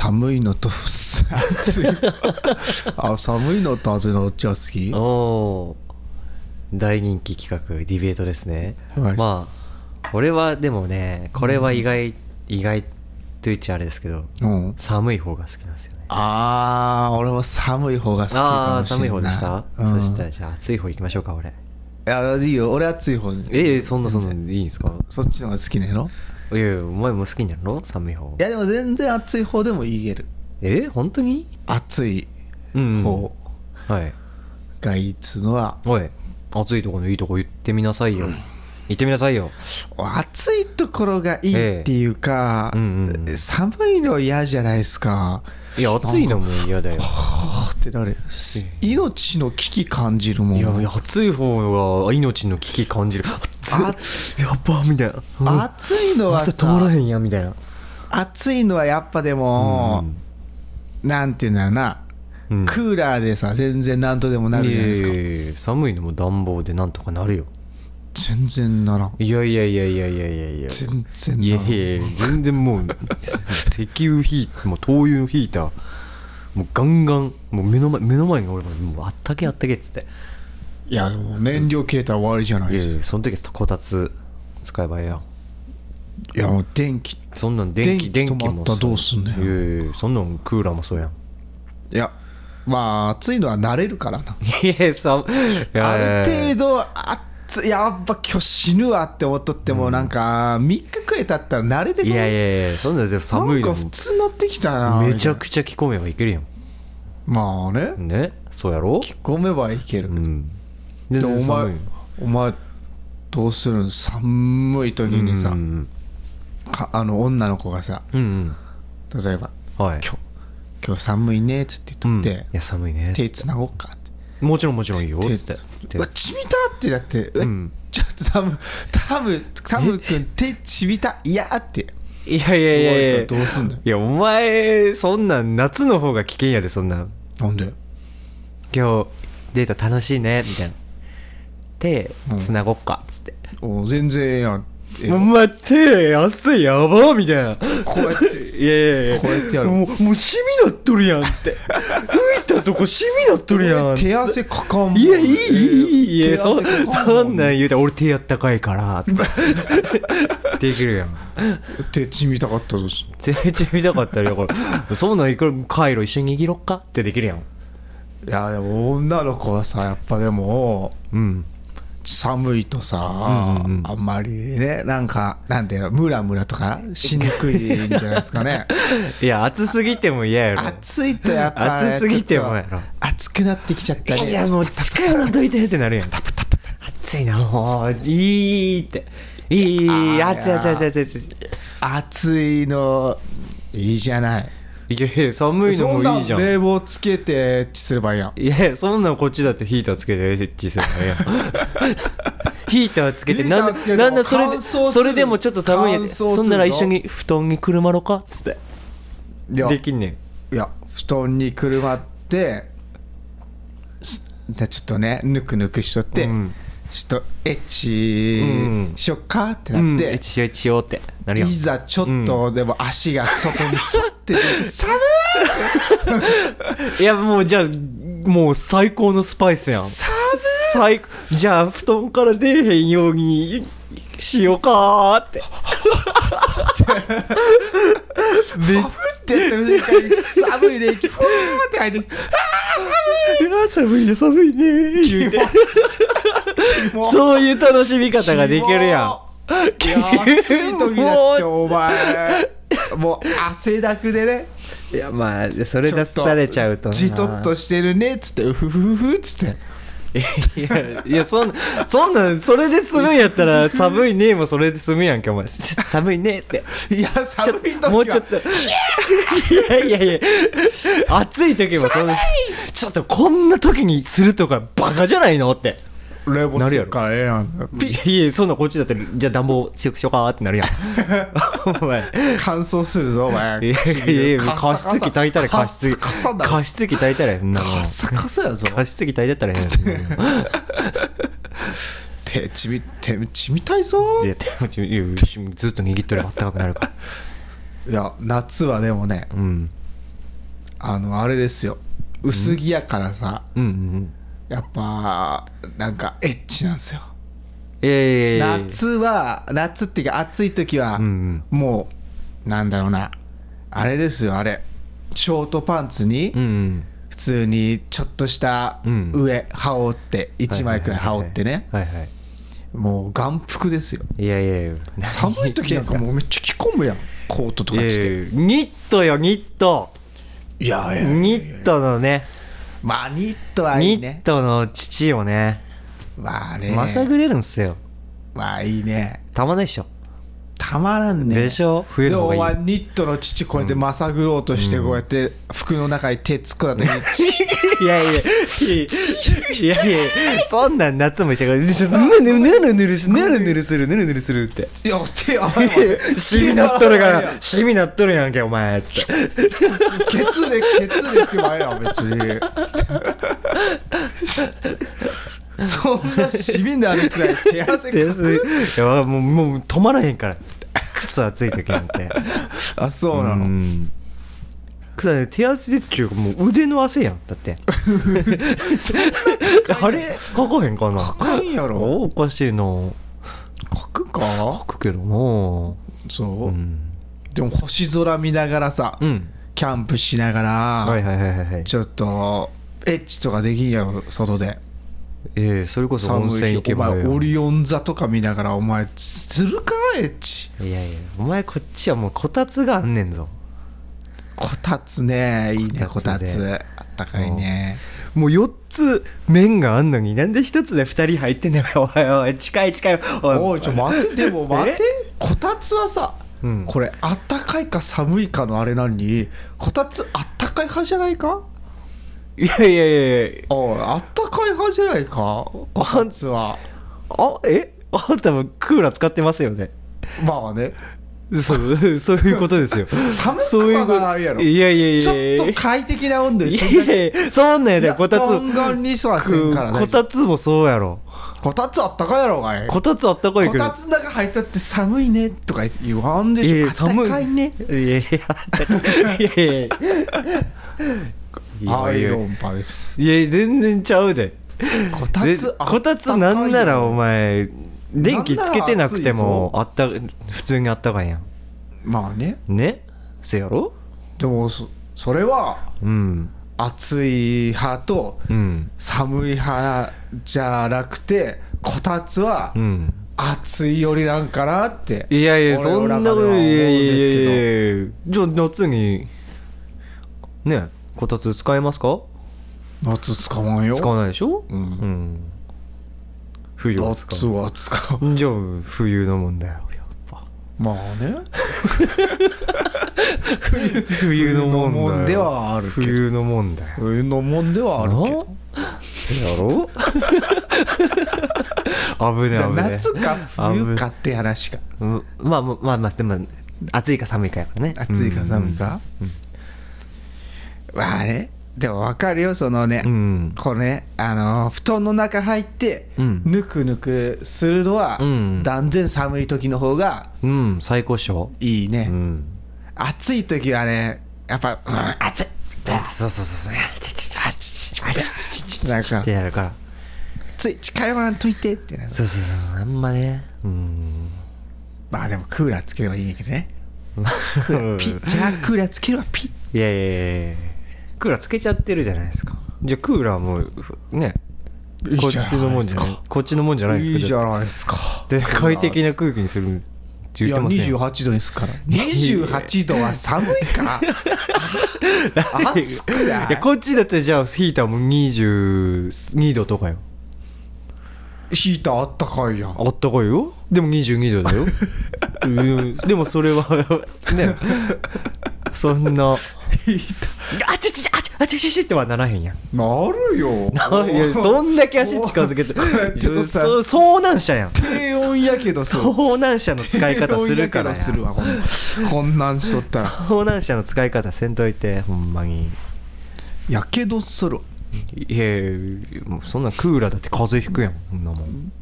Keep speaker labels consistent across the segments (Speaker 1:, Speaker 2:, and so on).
Speaker 1: 寒いのと暑いあ寒いのと暑いのどっちが好き
Speaker 2: おー大人気企画ディベートですね、
Speaker 1: はい
Speaker 2: まあ俺はでもねこれは意外、意外と言っちゃあれですけど
Speaker 1: うん
Speaker 2: 寒い方が好きなんですよね
Speaker 1: あー俺は寒い方が好きか
Speaker 2: ああ
Speaker 1: も
Speaker 2: ー
Speaker 1: しれな
Speaker 2: 寒
Speaker 1: い
Speaker 2: い方でした、
Speaker 1: うん、
Speaker 2: そしたらじゃあ暑い方行きましょうか俺
Speaker 1: らいやいいよ俺は暑い方
Speaker 2: ええそんなそんないいんですか
Speaker 1: そっちの方が好きなの
Speaker 2: いやいやお前も好きになるの寒い方
Speaker 1: いやでも全然暑い方でも言える
Speaker 2: え本当に
Speaker 1: 暑い
Speaker 2: うん
Speaker 1: 方
Speaker 2: はい
Speaker 1: がいいっつうのは、
Speaker 2: おい暑いとこのいいとこ言ってみなさいよ言ってみなさいよ
Speaker 1: 暑いところがいいっていうか、
Speaker 2: ええうんうん
Speaker 1: 寒いの嫌じゃないですか
Speaker 2: いや暑いの
Speaker 1: なんか
Speaker 2: も嫌だよ
Speaker 1: はあってなるす命の危機感じるもん
Speaker 2: いやいや暑い方が命の危機感じる暑っやっばみたいなうん
Speaker 1: 暑いのは
Speaker 2: 汗通ら
Speaker 1: さ
Speaker 2: へんやみたいな
Speaker 1: 暑いのはやっぱでも、なんていうんだろうな、
Speaker 2: うん
Speaker 1: クーラーでさ全然なんとでもなるじゃないですか、
Speaker 2: いやいやいや寒いのも暖房でなんとかなるよ
Speaker 1: 全然ならん
Speaker 2: いやいやいやいやいやいやいや
Speaker 1: 全然
Speaker 2: い
Speaker 1: な
Speaker 2: や
Speaker 1: らん
Speaker 2: いやいや全然もう石油ヒーもう灯油ヒーターもうガンガンもう目の前目の前に俺ももうあったけあったけっつって
Speaker 1: いやでも燃料切れたら終わりじゃない
Speaker 2: い
Speaker 1: で
Speaker 2: や
Speaker 1: す
Speaker 2: いやその時はこたつ使えばええやん
Speaker 1: いやもう電気い
Speaker 2: そんなん電気
Speaker 1: 電
Speaker 2: 電
Speaker 1: 気
Speaker 2: 気
Speaker 1: 止ま
Speaker 2: も
Speaker 1: ったら
Speaker 2: そう
Speaker 1: どうすんねん
Speaker 2: いやいやいやそんなんクーラーもそうやん
Speaker 1: やまあ暑いのは慣れるからない
Speaker 2: やいやさいやいや
Speaker 1: あ
Speaker 2: いや
Speaker 1: る程度暑いやっぱ今日死ぬわって思っとっても、なんか3日くらい経ったら慣れてくる
Speaker 2: いやいやいやそんなん全部寒い
Speaker 1: な
Speaker 2: の
Speaker 1: んか普通になってきたな
Speaker 2: めちゃ
Speaker 1: み
Speaker 2: くちゃ着込めばいけるやん
Speaker 1: たいなまあね
Speaker 2: ねそうやろ
Speaker 1: 込めばいける、
Speaker 2: うん
Speaker 1: で
Speaker 2: 全然
Speaker 1: お
Speaker 2: 寒い
Speaker 1: 前お前どうするん寒い時にさ、
Speaker 2: うん
Speaker 1: かあの女の子がさ
Speaker 2: うんうん
Speaker 1: 例えば
Speaker 2: はい
Speaker 1: 「今日今日寒いね」っつって
Speaker 2: う
Speaker 1: 言っ
Speaker 2: んい
Speaker 1: て、
Speaker 2: や寒いね
Speaker 1: 手つなごうかって
Speaker 2: もちろんもちろんいいよ
Speaker 1: 手
Speaker 2: っつって手
Speaker 1: うわちびたってだって、うわ
Speaker 2: うん
Speaker 1: ちょっとタムタムタム君手ちびたいやーって
Speaker 2: いやいやいやいや
Speaker 1: どうすんだよ
Speaker 2: いやお前そんなん夏の方が危険やでそんなん
Speaker 1: なんで
Speaker 2: 今日デート楽しいねみたいな手つなごっかっつって、
Speaker 1: お全然ええやんえ
Speaker 2: お前手汗やばみたいな
Speaker 1: こうやって
Speaker 2: いやいやいや
Speaker 1: こうやってやる
Speaker 2: もうもうシミなっとるやんって吹いたとこシミなっとるやん
Speaker 1: 手汗かかんもん
Speaker 2: いやいいいいい
Speaker 1: 手
Speaker 2: や
Speaker 1: 汗
Speaker 2: そ
Speaker 1: かか
Speaker 2: そ
Speaker 1: も
Speaker 2: んなん言うたら俺手あったかいからってできるやん
Speaker 1: 手ちびたかったぞ
Speaker 2: 全然見たかったらこれそんなんいくらカイロ一緒に握ろっかってできるやん
Speaker 1: いやでも女の子はさやっぱでも
Speaker 2: うん
Speaker 1: 寒いとさ、
Speaker 2: うんうんうん
Speaker 1: あんまりねなんかなんていうのムラムラとかしにくいんじゃないですか ね
Speaker 2: いや暑すぎても嫌やろ
Speaker 1: 暑いとやっぱ、
Speaker 2: 暑すぎても
Speaker 1: ちょ
Speaker 2: や
Speaker 1: っ
Speaker 2: ろ
Speaker 1: と暑くなってきちゃったり
Speaker 2: いやもう力持っといてってなるやん暑いなもういいってい
Speaker 1: い
Speaker 2: い
Speaker 1: や
Speaker 2: 暑い暑い暑い暑い暑い
Speaker 1: 暑いのいいじゃない
Speaker 2: いやいや寒いの
Speaker 1: そん
Speaker 2: も
Speaker 1: ない
Speaker 2: い
Speaker 1: ん
Speaker 2: じゃん
Speaker 1: 冷房つけてエッチすればいいやん
Speaker 2: いやそんなんこっちだってヒーターつけてエッチする のやんヒーターつけてな
Speaker 1: ヒーター
Speaker 2: ん
Speaker 1: つけ
Speaker 2: だ
Speaker 1: て
Speaker 2: なんだそれ
Speaker 1: 乾
Speaker 2: で
Speaker 1: 燥する
Speaker 2: それでもちょっと寒いん
Speaker 1: 乾
Speaker 2: やで
Speaker 1: 燥するぞ
Speaker 2: そんなら一緒に布団にくるまろかっつって
Speaker 1: いや
Speaker 2: できんねん
Speaker 1: いや布団にくるまってすでちょっとねぬくぬくしとって、
Speaker 2: うん
Speaker 1: ちょっとエ
Speaker 2: う
Speaker 1: ッ
Speaker 2: ん
Speaker 1: チしよっかってな
Speaker 2: うん
Speaker 1: って、
Speaker 2: エッチしようエッチしようってなる
Speaker 1: い
Speaker 2: やん
Speaker 1: ざちょっとでも足が外にさって出て寒
Speaker 2: いやもうじゃあもう最高のスパイス
Speaker 1: い
Speaker 2: やん
Speaker 1: 寒
Speaker 2: 最じゃあ布団から出えへんようにしようか ーって
Speaker 1: いふってやった瞬間に寒い冷気ふわーって入ってきて
Speaker 2: 「うわ寒いね寒いね」言うて
Speaker 1: もう
Speaker 2: そういう楽しみ方ができるやん
Speaker 1: いや暑い時だってお前もう汗だくでね
Speaker 2: いやまあそれ出されちゃうとな
Speaker 1: じとっとしてるねっつってうふふふふっつって
Speaker 2: いやいやそんそんなんそれで済むんやったら「寒いね」もそれで済むやんけお前「寒いね」って
Speaker 1: いや寒い時は
Speaker 2: もうちょっといやいやいや暑い時もそんなちょっとこんな時にするとかバカじゃないのって
Speaker 1: 冷房
Speaker 2: なる
Speaker 1: つけ
Speaker 2: やろ
Speaker 1: からええやん
Speaker 2: いやいやそんなこっちだってじゃあ暖房強くしようかってなるや んお前
Speaker 1: 乾燥するぞお前
Speaker 2: いやいやいや加湿器炊いたら加湿器
Speaker 1: カサだろ
Speaker 2: 加湿器炊いたらそんなもん
Speaker 1: カサカサやぞ
Speaker 2: 加湿器炊いたらやんそんなもん
Speaker 1: 手ちび手ちびたいぞ
Speaker 2: いや手持ちいやずっと握っとればあったかくなるから
Speaker 1: いや夏はでもね
Speaker 2: うん
Speaker 1: あのあれですよ薄着やからさ、
Speaker 2: うんうんうん
Speaker 1: やっぱなんかエッチなんですよ、
Speaker 2: いやいやいやいや
Speaker 1: 夏は夏っていうか暑い時は、
Speaker 2: うんうん
Speaker 1: もうなんだろうなあれですよあれショートパンツに、
Speaker 2: うんうん
Speaker 1: 普通にちょっとした
Speaker 2: うん
Speaker 1: 上羽織って1枚くらい羽織ってね
Speaker 2: はいはいはいはい
Speaker 1: もう眼福ですよ
Speaker 2: いやいやいや
Speaker 1: 寒い時なんかもうめっちゃ着込むやんコートとか着て
Speaker 2: いやいやニットよニット
Speaker 1: いやいや
Speaker 2: ニットのね
Speaker 1: まあニットはいい
Speaker 2: ニッ
Speaker 1: ね
Speaker 2: トの父をね
Speaker 1: まあね
Speaker 2: まさぐれるんすよ
Speaker 1: まあいいね
Speaker 2: たまんないっしょ
Speaker 1: たまらんね
Speaker 2: でしょ冬
Speaker 1: で
Speaker 2: の
Speaker 1: も
Speaker 2: 方
Speaker 1: お
Speaker 2: がい
Speaker 1: 前
Speaker 2: い
Speaker 1: ニットの父こうやってまさぐろうとしてこうやって服の中に手突っ込んだ時 にチー
Speaker 2: いやいや、いやいや、そんなん夏も一緒から、ぬるぬるぬるぬるぬるぬるする、ぬるぬるするって。
Speaker 1: いや手あれ
Speaker 2: シミなっとるから、シミなっとるやんけ、お前、つって。
Speaker 1: ケツでケツで拭けばええやん別 にそんなしみになるくらい手汗
Speaker 2: で
Speaker 1: か
Speaker 2: す
Speaker 1: く
Speaker 2: いやもう、もう止まらへんから。くそ暑い時なんて。
Speaker 1: あそうなの、
Speaker 2: ん。くそ手汗でっちゅうか、もう腕の汗やん、だって。あれかかへんかな。
Speaker 1: かかんやろ
Speaker 2: おかしいな。
Speaker 1: かくか
Speaker 2: かくけどな。
Speaker 1: そう、
Speaker 2: うん。
Speaker 1: でも星空見ながらさ、
Speaker 2: うん。
Speaker 1: キャンプしながら、
Speaker 2: はいはいはいはいはい。
Speaker 1: ちょっとエッチとかできんやろ外で
Speaker 2: ええそれこそ温
Speaker 1: 寒
Speaker 2: 泉
Speaker 1: い
Speaker 2: 行
Speaker 1: 日
Speaker 2: け
Speaker 1: お
Speaker 2: ば
Speaker 1: 前
Speaker 2: よ
Speaker 1: オリオン座とか見ながらお前するかエッチ
Speaker 2: いやいやお前こっちはもうこたつがあんねんぞ
Speaker 1: こたつねいいねこ
Speaker 2: こ
Speaker 1: た
Speaker 2: たつ
Speaker 1: つ
Speaker 2: で
Speaker 1: あったかいね
Speaker 2: もう4つ麺があんのになんで1つで2人入ってんねん おいおい近い近いおい
Speaker 1: おいちょ待ってでも待ってこたつはさ、
Speaker 2: うん
Speaker 1: これあったかいか寒いかのあれなのにこたつあったかい派じゃないか
Speaker 2: いやいやいやいや
Speaker 1: おいあったかい派じゃないかこたつは
Speaker 2: あえあんたもクーラー使ってますよね
Speaker 1: まあね
Speaker 2: そうそう いうことですよ
Speaker 1: 寒く
Speaker 2: そういうこ
Speaker 1: はなるやろ
Speaker 2: いやいやいや
Speaker 1: ちょっと
Speaker 2: い
Speaker 1: 快適な温度に
Speaker 2: や
Speaker 1: そんない
Speaker 2: やいやそんなんや
Speaker 1: い
Speaker 2: で
Speaker 1: や
Speaker 2: こたつ
Speaker 1: ガンガンにそはせんから
Speaker 2: こ
Speaker 1: ね
Speaker 2: たつもそうやろ
Speaker 1: こたつあったかいやろうがい
Speaker 2: こたつあったかい
Speaker 1: こ
Speaker 2: けど
Speaker 1: たつの中入ったって寒いねとか言わんでしょ、
Speaker 2: え
Speaker 1: あ
Speaker 2: え
Speaker 1: ったかいね
Speaker 2: いやいや いや いやいや
Speaker 1: アイロ
Speaker 2: い
Speaker 1: ンパです
Speaker 2: やいや全然ちゃうで
Speaker 1: こた
Speaker 2: ぜ
Speaker 1: つあったかい
Speaker 2: こたつなんならお前電気つけてなくてもあった普通にあったかいや
Speaker 1: まあね
Speaker 2: んねせやろ
Speaker 1: でもそそれは
Speaker 2: うん
Speaker 1: 暑い派と
Speaker 2: うん
Speaker 1: 寒い派じゃなくてこたつは
Speaker 2: うん
Speaker 1: 暑いよりなんかなって
Speaker 2: いやいや
Speaker 1: 俺
Speaker 2: そ
Speaker 1: の
Speaker 2: んな
Speaker 1: 中では
Speaker 2: こ
Speaker 1: 思
Speaker 2: と
Speaker 1: うん
Speaker 2: いやいや
Speaker 1: で
Speaker 2: い
Speaker 1: すけど
Speaker 2: やいやじゃあ夏にねこたつ使えますか
Speaker 1: 夏使わんよ
Speaker 2: 使わないでしょ
Speaker 1: うん
Speaker 2: ん冬は使
Speaker 1: 夏
Speaker 2: う
Speaker 1: は使う
Speaker 2: じゃあ冬のもんだよやっぱ
Speaker 1: まあ ね
Speaker 2: 冬のもん
Speaker 1: 冬のもん
Speaker 2: だよ
Speaker 1: ではあるけど
Speaker 2: 冬のもんだよ
Speaker 1: 冬のもんではあるけど
Speaker 2: なせやろ 危ね
Speaker 1: じゃあ
Speaker 2: 危ね
Speaker 1: 夏か冬かって話か
Speaker 2: うんまあまあまあまあでも暑いか寒いかやからね
Speaker 1: 暑いか寒いかまあねでも分かるよそのね、
Speaker 2: うん
Speaker 1: これねあのー布団の中入って
Speaker 2: うん
Speaker 1: ぬくぬくするのは、
Speaker 2: うん
Speaker 1: 断然寒い時の方が
Speaker 2: うん最高っしょ
Speaker 1: いいうね、
Speaker 2: ん
Speaker 1: 暑い時はねやっぱ、うん、暑い
Speaker 2: そうそうそうそう
Speaker 1: だから
Speaker 2: ってやるから
Speaker 1: 暑い近寄らんといてってなる
Speaker 2: そうそうそうあんまねうん
Speaker 1: まあでもクーラーつければいいんやけどね
Speaker 2: クー
Speaker 1: ピッじゃあクーラーつければピッ
Speaker 2: いやいやいやいやクーラーつけちゃってるじゃないですかじゃあクーラーもふね
Speaker 1: いい
Speaker 2: こっ
Speaker 1: じ
Speaker 2: ち
Speaker 1: ゃないですか
Speaker 2: のもんじゃないこっちのもんじゃないんです
Speaker 1: い
Speaker 2: か
Speaker 1: いじ
Speaker 2: だ
Speaker 1: ゃな
Speaker 2: っ
Speaker 1: いですか
Speaker 2: てで快適な空気にするって
Speaker 1: い
Speaker 2: 言っ
Speaker 1: や
Speaker 2: てません
Speaker 1: 28度ですから
Speaker 2: やいや
Speaker 1: 28度は寒いから 暑くない
Speaker 2: いやこっちだってじゃあヒーターも22度とかよ
Speaker 1: ヒーターあったかいやん
Speaker 2: あったかいよでも22度だようんでもそれはねそんなあちちちあちあちちちってはならへんやん
Speaker 1: なるよ
Speaker 2: いやどんだけ足近づけ て
Speaker 1: こうやってとさ
Speaker 2: そう遭難者やん
Speaker 1: 低温やけどさ
Speaker 2: 遭難者の使い方するからや
Speaker 1: 低温やけどするわこんこんなんしとったら
Speaker 2: 遭難者の使い方せんといてほんまに
Speaker 1: やけどする
Speaker 2: いやいやもうそんなクーラーだって風邪ひくやんそんなもん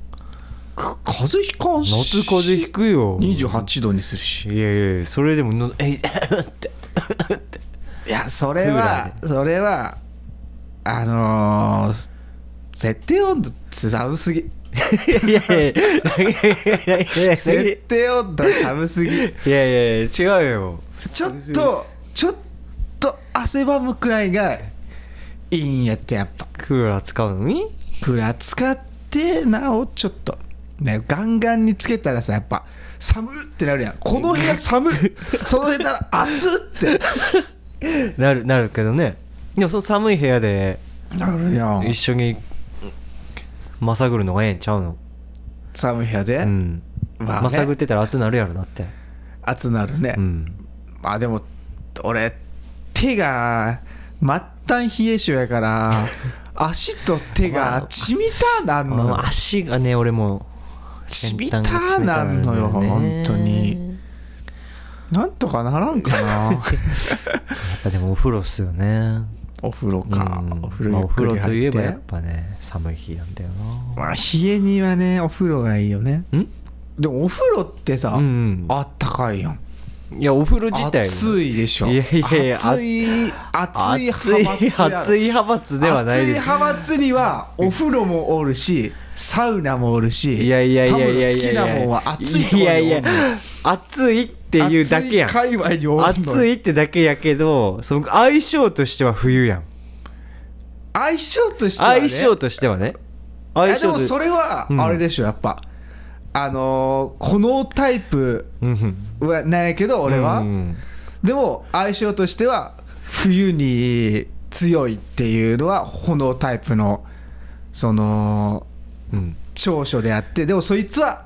Speaker 1: く風邪ひかんし
Speaker 2: 夏風邪ひくよ
Speaker 1: 28度にするし
Speaker 2: いやいやそれでものえ
Speaker 1: いやそれは
Speaker 2: ク
Speaker 1: それはあのー設定温度寒すぎ
Speaker 2: いやいやいやいやいやいやいやいや
Speaker 1: 設定温度寒すぎ
Speaker 2: いやいや違うよ
Speaker 1: ちょっとちょっと汗ばむくらいがいいんやってやっぱ
Speaker 2: クーラー使うのに
Speaker 1: クーラー使ってなおちょっとねガンガンにつけたらさやっぱ寒ってなるやんこの部屋 寒その辺なら暑って
Speaker 2: なるなるけどねでもその寒い部屋で
Speaker 1: なるや
Speaker 2: 一
Speaker 1: ん
Speaker 2: 緒にまさぐるのがええんちゃうの
Speaker 1: 寒い部屋で、
Speaker 2: うん
Speaker 1: まあね
Speaker 2: まさぐってたら熱なるやろだって
Speaker 1: 暑なるね、
Speaker 2: うん
Speaker 1: まあでも俺手が末端冷え性やから足と手がちみたなんの
Speaker 2: あ
Speaker 1: よ
Speaker 2: の足がね俺も
Speaker 1: ちび
Speaker 2: 先
Speaker 1: た
Speaker 2: 端が冷た
Speaker 1: ないんのよ
Speaker 2: だよね
Speaker 1: 本当になんとかならんかな
Speaker 2: やっぱでもお風呂っすよね
Speaker 1: お風呂か、
Speaker 2: うん
Speaker 1: お風呂
Speaker 2: まあ
Speaker 1: ゆっ
Speaker 2: お
Speaker 1: く
Speaker 2: 風呂
Speaker 1: り
Speaker 2: とい
Speaker 1: 入
Speaker 2: え
Speaker 1: って、
Speaker 2: ばやっぱね寒い日なんだよな
Speaker 1: まあ、冷えにはねお風呂がいいよね
Speaker 2: うん
Speaker 1: でもお風呂ってさ、
Speaker 2: うんうん
Speaker 1: あったかいやん
Speaker 2: いやお風呂自体
Speaker 1: 暑
Speaker 2: い
Speaker 1: いでしょ
Speaker 2: いやいやいや
Speaker 1: 暑い暑い
Speaker 2: 熱い
Speaker 1: 派閥やろ
Speaker 2: 熱い派閥ではないで
Speaker 1: 熱
Speaker 2: す
Speaker 1: い派閥にはお風呂もおるしサウナもおるし
Speaker 2: いやいやいやいやい
Speaker 1: 多
Speaker 2: や
Speaker 1: 分好きなもんは熱いところにおんの
Speaker 2: いやいや暑いっていうだけやん
Speaker 1: 熱い界隈におんの
Speaker 2: 暑いってだけやけどその相性としては冬やん
Speaker 1: 相性としては、ね、
Speaker 2: 相性としてはね
Speaker 1: い
Speaker 2: 相
Speaker 1: やで
Speaker 2: 性
Speaker 1: も
Speaker 2: と
Speaker 1: それは
Speaker 2: うん
Speaker 1: あれでしょ、やっぱあのーこのタイプ
Speaker 2: うんうん
Speaker 1: はないけど俺は、
Speaker 2: うん
Speaker 1: でも相性としては冬に強いっていうのは炎タイプのその
Speaker 2: うん
Speaker 1: 長所であってでもそいつは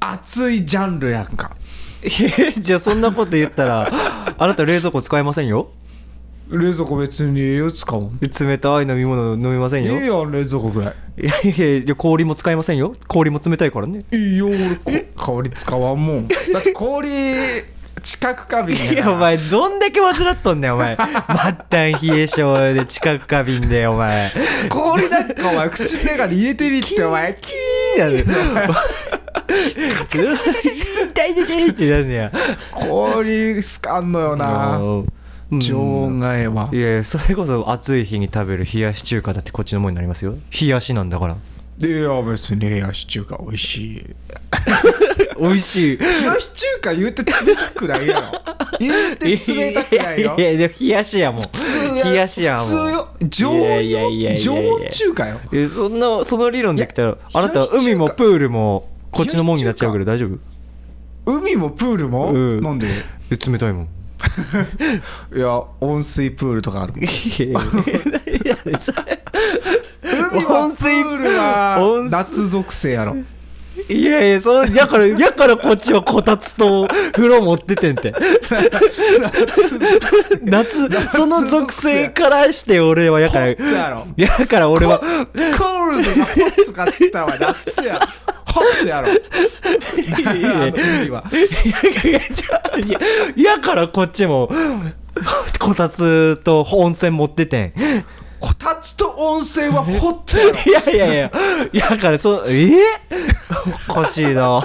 Speaker 1: 熱いジャンルやんか
Speaker 2: いやじゃあそんなこと言った らあなた冷蔵庫使えませんよ
Speaker 1: 冷蔵庫別にええやつかも
Speaker 2: 冷たい飲み物飲みませ
Speaker 1: い
Speaker 2: ん
Speaker 1: い
Speaker 2: よい
Speaker 1: やん冷蔵庫ぐらい
Speaker 2: やいやいや氷も使えませんよ氷も冷たいからね
Speaker 1: いいよ俺こ氷使わんもんだって氷知覚過 敏
Speaker 2: い
Speaker 1: や
Speaker 2: やお
Speaker 1: から
Speaker 2: 前どんだけ患っとんねんお前末端冷え性で近く過敏でお前
Speaker 1: 氷なんかお前口の中に入れてみってお前キ
Speaker 2: いやカチカチカチカチ痛い痛い痛いってなんねや
Speaker 1: ー氷すかんのよな
Speaker 2: うん
Speaker 1: 常温がええわ
Speaker 2: いやいやそれこそ暑い日に食べる冷やし中華だってこっちのもんになりますよ冷やしなんだから
Speaker 1: いや別に冷やし中華美味しい
Speaker 2: 美味しい
Speaker 1: 冷やし中華言うて冷たくないやろ言うて冷たくないよ
Speaker 2: いやいや冷やしやもん
Speaker 1: 普通
Speaker 2: 冷やしやもん
Speaker 1: 普通よ常温よ
Speaker 2: いやいやいやいやいや
Speaker 1: 常温中華よ
Speaker 2: えそんなその理論できたらあな
Speaker 1: 冷
Speaker 2: た
Speaker 1: やし中華
Speaker 2: 海もプールもこっちのもんになっちゃうけど大丈夫
Speaker 1: 海もプールも、
Speaker 2: うん
Speaker 1: なんで
Speaker 2: え冷たいもん
Speaker 1: いや温水プールとかあるもん
Speaker 2: いやいやいやいやそれ
Speaker 1: 海は
Speaker 2: 温
Speaker 1: プ
Speaker 2: 水
Speaker 1: ール
Speaker 2: 温
Speaker 1: は
Speaker 2: 水
Speaker 1: 夏属性やろ
Speaker 2: いやいや、そう、やから、やからこっちはこたつと風呂持っててんて。夏、その属性からして俺はや
Speaker 1: ホ
Speaker 2: から、
Speaker 1: ットやろ
Speaker 2: やから俺は、
Speaker 1: コールドがホットかっつったわ夏やホットやろ
Speaker 2: いやいや
Speaker 1: あの海はい
Speaker 2: やいやちょいややからこっちも、こたつと温泉持っててん。
Speaker 1: こたつと温泉はホットやろ
Speaker 2: いやいやいや、やからそ、えー、おかしい な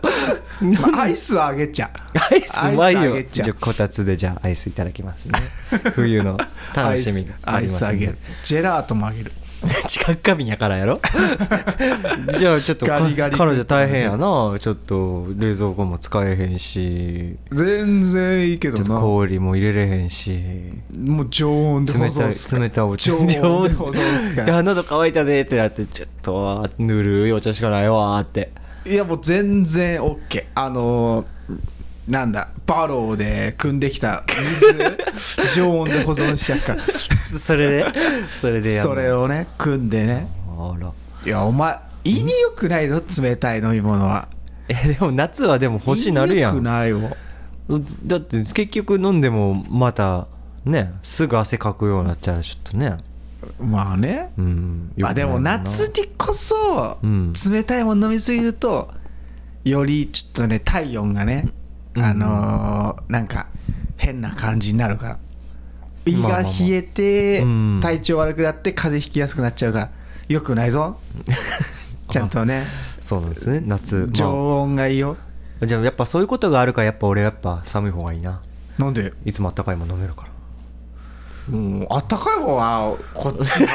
Speaker 1: まあアイスはあげちゃ
Speaker 2: アイスうまい
Speaker 1: アイスあ
Speaker 2: よ
Speaker 1: げち
Speaker 2: じ
Speaker 1: ゃう
Speaker 2: ゃあこたつでじゃあアイスいただきますね冬の楽しみが
Speaker 1: ア
Speaker 2: あ
Speaker 1: イ
Speaker 2: りま
Speaker 1: ス
Speaker 2: す
Speaker 1: アイスあ
Speaker 2: ん
Speaker 1: げ
Speaker 2: で
Speaker 1: るジェラートもあげる
Speaker 2: 近く過敏やからやろ じゃあちょっとか
Speaker 1: ガリガリ
Speaker 2: 彼女大変やなちょっと冷蔵庫も使えへんし
Speaker 1: 全然いいけ
Speaker 2: ちょ
Speaker 1: ど
Speaker 2: っと
Speaker 1: な
Speaker 2: 氷も入れれへんし
Speaker 1: もう常温で保
Speaker 2: 冷た
Speaker 1: 存すか
Speaker 2: い冷たいお茶
Speaker 1: 常温で保存す
Speaker 2: い
Speaker 1: か
Speaker 2: や喉乾いたでってなってちょっとぬるいお茶しかないわーって
Speaker 1: いやもう全然 OK あのーなんだバローで汲んできた 水常温で保存しちゃうから
Speaker 2: それでそれでやんの
Speaker 1: それをね汲んでね
Speaker 2: あら
Speaker 1: いやお前胃に良くないぞ冷たい飲み物は
Speaker 2: えでも夏はでも欲しなるや
Speaker 1: 胃に良く
Speaker 2: ん
Speaker 1: ないよ
Speaker 2: だって結局飲んでもまたねすぐ汗かくようになっちゃうちょっとね
Speaker 1: まあね
Speaker 2: うん
Speaker 1: まあでも
Speaker 2: よ
Speaker 1: 夏にこそ
Speaker 2: うん
Speaker 1: 冷たいもの飲みすぎるとよりちょっとね体温がね
Speaker 2: うん
Speaker 1: あのーなんか変な感じになるから胃
Speaker 2: まあま
Speaker 1: が
Speaker 2: あまあ
Speaker 1: 冷えて
Speaker 2: うん
Speaker 1: 体調悪くなって風邪ひきやすくなっちゃうからよくない ぞちゃんとね
Speaker 2: くないなそうなんですね夏ま
Speaker 1: 常温がいいよ
Speaker 2: あ、じゃあやっぱそういうことがあるからやっぱ俺やっぱ寒い方がいいな
Speaker 1: なんで
Speaker 2: いつもあったかいもん飲めるから
Speaker 1: うん、あったかい方はこっ ち
Speaker 2: いや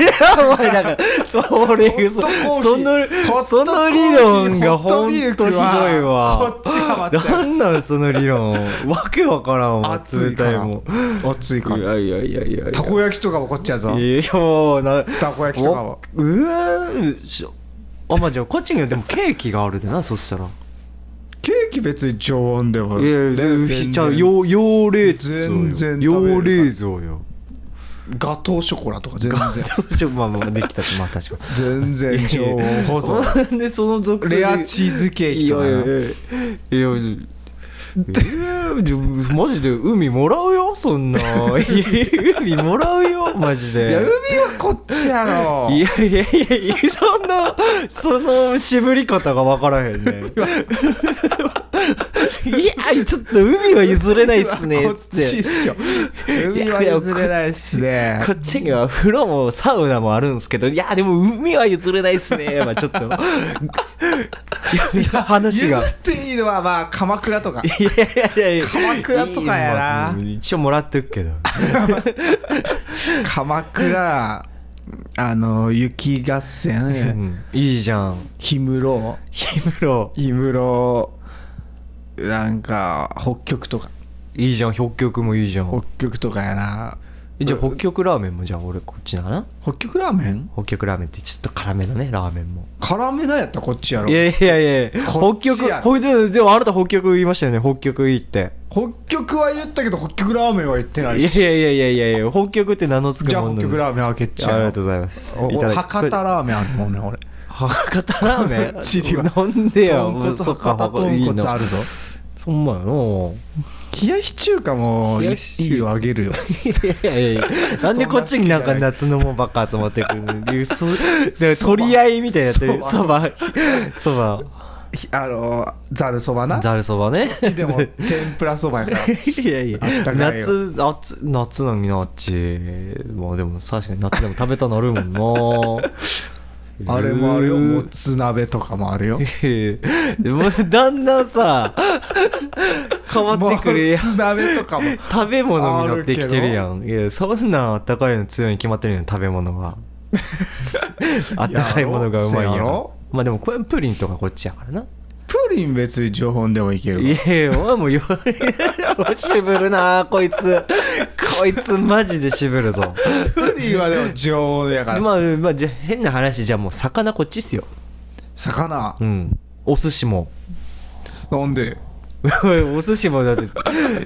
Speaker 2: お前だからそれ
Speaker 1: ホットコーヒー
Speaker 2: そその
Speaker 1: ホッ
Speaker 2: そ
Speaker 1: トコーヒー
Speaker 2: の理論が
Speaker 1: ホット
Speaker 2: 本
Speaker 1: ミルク
Speaker 2: 当ひどい
Speaker 1: は
Speaker 2: わ
Speaker 1: こっちが待ってた
Speaker 2: なんなんその理論わけわからんわ
Speaker 1: 暑いから
Speaker 2: 冷
Speaker 1: 暑い
Speaker 2: た
Speaker 1: か
Speaker 2: いもんい
Speaker 1: ら
Speaker 2: やいやいやいやいや
Speaker 1: たこ焼きとかもこっちやぞ
Speaker 2: いやーな
Speaker 1: たこ焼きとかは
Speaker 2: おうわーしょあまあじゃあこっちにはでもケーキがあるでなそしたら
Speaker 1: ケーキ別に常温ではい
Speaker 2: やいや
Speaker 1: 全然
Speaker 2: じゃあ要要冷蔵よ
Speaker 1: 全然食べれる
Speaker 2: 要
Speaker 1: から
Speaker 2: 冷蔵よ
Speaker 1: ガトーショコラとか全然
Speaker 2: ちょまあまあできたしまあ確か
Speaker 1: 全然常温保存
Speaker 2: なん でその属性で
Speaker 1: レアチーズケーキとか
Speaker 2: いやいやい
Speaker 1: な
Speaker 2: やいやいやえーマジで海もらうよそんないや海もらうよマジ
Speaker 1: いや海
Speaker 2: で
Speaker 1: はこっちやろ
Speaker 2: いやいやいやいやそんなその渋り方が分からへんねいやちょっと海は譲れないっすね
Speaker 1: こっ
Speaker 2: つっ
Speaker 1: ち
Speaker 2: て
Speaker 1: っしょ海は譲れないっすね
Speaker 2: こっちには風呂もサウナもあるんですけどいやでも海は譲れないっすねまあちょっといやいや話
Speaker 1: 譲
Speaker 2: が
Speaker 1: っていいのはまあ鎌倉とか
Speaker 2: いやいやいや
Speaker 1: 鎌倉とかやない
Speaker 2: いのは一応もらってるけど
Speaker 1: 鎌倉あの雪合
Speaker 2: う
Speaker 1: 戦
Speaker 2: んいいじゃん
Speaker 1: 氷室
Speaker 2: 氷室
Speaker 1: 氷室なんか北極とか
Speaker 2: いいじゃん北極もいいじゃん
Speaker 1: 北極とかやな
Speaker 2: じゃあ北極ラーメンもじゃあ俺こっちだな
Speaker 1: 北極ラーメン
Speaker 2: 北極ラーメンってちょっと辛めのねラーメンも
Speaker 1: 辛めなんやったらこっちやろ
Speaker 2: いやいやいや
Speaker 1: こ
Speaker 2: 北
Speaker 1: っち
Speaker 2: 極
Speaker 1: やろ
Speaker 2: ほいででもあなた北極言いましたよね北極いいって
Speaker 1: 北極は言ったけど北極ラーメンは言って
Speaker 2: い
Speaker 1: な
Speaker 2: や
Speaker 1: い
Speaker 2: い
Speaker 1: し
Speaker 2: やいやいやいやいや北極って名の付く
Speaker 1: じゃあ
Speaker 2: もの
Speaker 1: 北極ラーメン開けち
Speaker 2: あ
Speaker 1: ゃ
Speaker 2: り
Speaker 1: う
Speaker 2: がとうございます
Speaker 1: お
Speaker 2: いただき
Speaker 1: 博多ラーメンあるもんね俺
Speaker 2: 博多ラー メン
Speaker 1: チリは
Speaker 2: なんでよ
Speaker 1: 豚骨
Speaker 2: そ
Speaker 1: 博
Speaker 2: っか
Speaker 1: 多
Speaker 2: い
Speaker 1: 豚
Speaker 2: い
Speaker 1: 骨
Speaker 2: な
Speaker 1: あるぞ
Speaker 2: そんまやな
Speaker 1: 冷やし中華もい
Speaker 2: 冷
Speaker 1: い
Speaker 2: やし
Speaker 1: いよあげる よ
Speaker 2: いやいやいやなんでこっちになんか夏のもんばっか集まってくるの理由すで取り合いみたいになってる
Speaker 1: そ
Speaker 2: そばそば
Speaker 1: ひあのざるそばな
Speaker 2: ざるそばね
Speaker 1: でも天ぷらそばやから
Speaker 2: いやいや
Speaker 1: あったかいよ
Speaker 2: 夏夏夏なのになっちまあでも確かに夏でも食べたなるもん な
Speaker 1: あれもあるよ、
Speaker 2: うー
Speaker 1: もつ鍋とかもあるよ。
Speaker 2: いやいやでもだんだん さ変わってくるやん
Speaker 1: もつ鍋とかも。
Speaker 2: 食べ物になってきてるやんいやそんなんあったかいの強いに決まってるやん食べ物 はあったかいものがうまいや
Speaker 1: せや
Speaker 2: ん
Speaker 1: ろ
Speaker 2: まあでもこれプリンとかこっちやからな
Speaker 1: プリン別に常温でもいける
Speaker 2: い
Speaker 1: わ。
Speaker 2: やいやお前もうよ渋るなこいつこいつマジで渋るぞ
Speaker 1: プリンはでも常温やから。
Speaker 2: まあまあじゃあ変な話じゃあもう魚こっちっすよ
Speaker 1: 魚
Speaker 2: う、んお寿司も
Speaker 1: なんで、
Speaker 2: お寿司もだって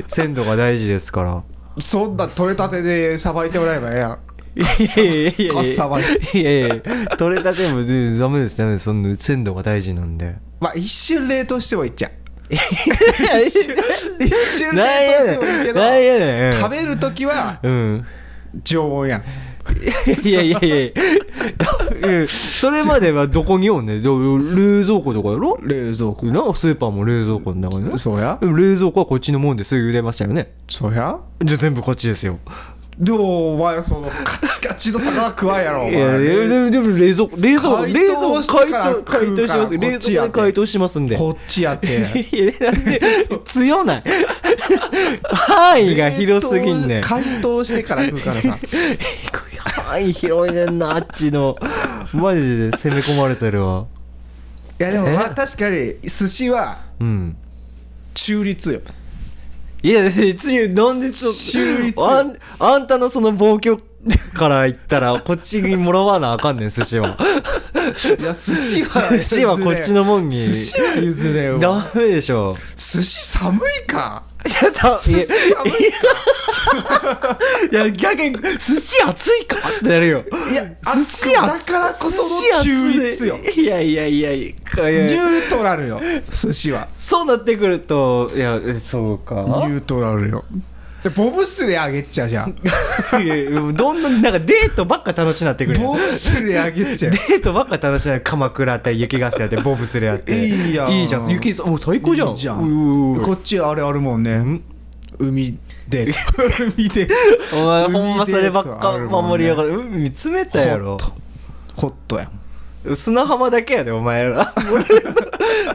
Speaker 2: 鮮度が大事ですから
Speaker 1: そんな取れたてでさばいてもらえばええやん。
Speaker 2: いやいやいやいや
Speaker 1: かっさばい
Speaker 2: いやいや取れたてもねダメですダメですその鮮度が大事なんで
Speaker 1: まあ一瞬冷凍してもいいっちゃう。
Speaker 2: 一
Speaker 1: 一瞬冷凍
Speaker 2: なんや
Speaker 1: してもいいけ
Speaker 2: ねんなん
Speaker 1: ど、
Speaker 2: やねん
Speaker 1: 食べるときは
Speaker 2: うん
Speaker 1: 常温やん。
Speaker 2: いやいやいやいやうんそれまではどこにおんねんど冷蔵庫とかやろ
Speaker 1: 冷蔵庫。
Speaker 2: なスーパーも冷蔵庫の中にね
Speaker 1: そうや
Speaker 2: でも冷蔵庫はこっちのもんですぐ茹でましたよね
Speaker 1: そうや
Speaker 2: じゃあ全部こっちですよ
Speaker 1: でもお前そのカチカチの魚食わんやろ、お前。
Speaker 2: いやでもでも冷蔵庫冷蔵庫
Speaker 1: 解
Speaker 2: 冷蔵
Speaker 1: 凍
Speaker 2: 庫
Speaker 1: してか
Speaker 2: 解
Speaker 1: ら
Speaker 2: 凍解凍します
Speaker 1: 食うから
Speaker 2: 冷
Speaker 1: こっちやて
Speaker 2: 蔵庫で解凍しますんで
Speaker 1: こっちや って。
Speaker 2: いやなんで強ない範囲が広すぎんねん
Speaker 1: 解凍してから食うから さ
Speaker 2: 範囲広いねんなあっちのマジで攻め込まれてるわ
Speaker 1: いやでもまあ
Speaker 2: え
Speaker 1: 確かに寿司は
Speaker 2: うん
Speaker 1: 中立よ
Speaker 2: いや次なんでちょ
Speaker 1: 中立
Speaker 2: あんあんたのその暴挙から言ったらこっちにもらわなあかんねん寿司はい
Speaker 1: や寿司は
Speaker 2: 寿司はこっちのもんに
Speaker 1: 寿司は譲れよ
Speaker 2: ダメでしょ
Speaker 1: 寿司寒いか
Speaker 2: いやさい
Speaker 1: 寿司寒い
Speaker 2: やいや逆に寿司熱いかってなるよ
Speaker 1: いや
Speaker 2: 寿司
Speaker 1: だ
Speaker 2: 熱
Speaker 1: からこその中立よ
Speaker 2: 寿司熱いいやいやいやいやいや
Speaker 1: ニュートラルよ寿司は
Speaker 2: そうなってくるといやそうか
Speaker 1: ニュートラルよでボブスレーあげっちゃうじゃ ん
Speaker 2: いやいやどんどんなんかデートばっか楽しなってくるやん
Speaker 1: ボブスレーあげっちゃう
Speaker 2: デートばっか楽しない鎌倉あったり雪合戦あったりボブスレーあって
Speaker 1: いいやん
Speaker 2: いいじゃん雪もう最高じゃん
Speaker 1: いいじゃ
Speaker 2: うううん
Speaker 1: こっちあれあるもんね海で海で
Speaker 2: お前ほんまそればっか
Speaker 1: 海デートあるもんね
Speaker 2: 守りやがる海冷たいやろ
Speaker 1: ホットホットやん
Speaker 2: 砂浜だけやでお前ら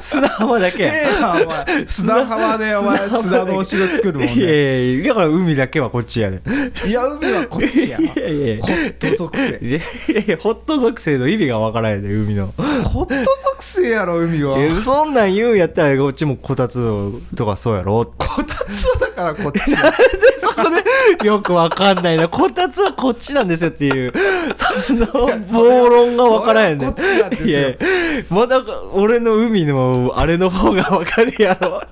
Speaker 2: 砂浜だけやん
Speaker 1: ええやんお前砂浜でお前
Speaker 2: 砂浜だ
Speaker 1: 砂のお城作るもん
Speaker 2: いや
Speaker 1: ね
Speaker 2: いやだから海だけはこっちやね
Speaker 1: いや海はこっちや
Speaker 2: いやいやいや
Speaker 1: ホット属性
Speaker 2: いやいやいやホット属性の意味がわからんやで海の
Speaker 1: ホット属性やろ海は
Speaker 2: えそんなん言うんやったらこっちもこたつとかそうやろって
Speaker 1: こたつはだからこっちや
Speaker 2: そこでよくわかんないなこたつはこっちなんですよっていうその暴論がわからんや
Speaker 1: それはこっ
Speaker 2: ね
Speaker 1: ちなんですよ
Speaker 2: いやいやまだ俺の海のあれの方がわかるやろ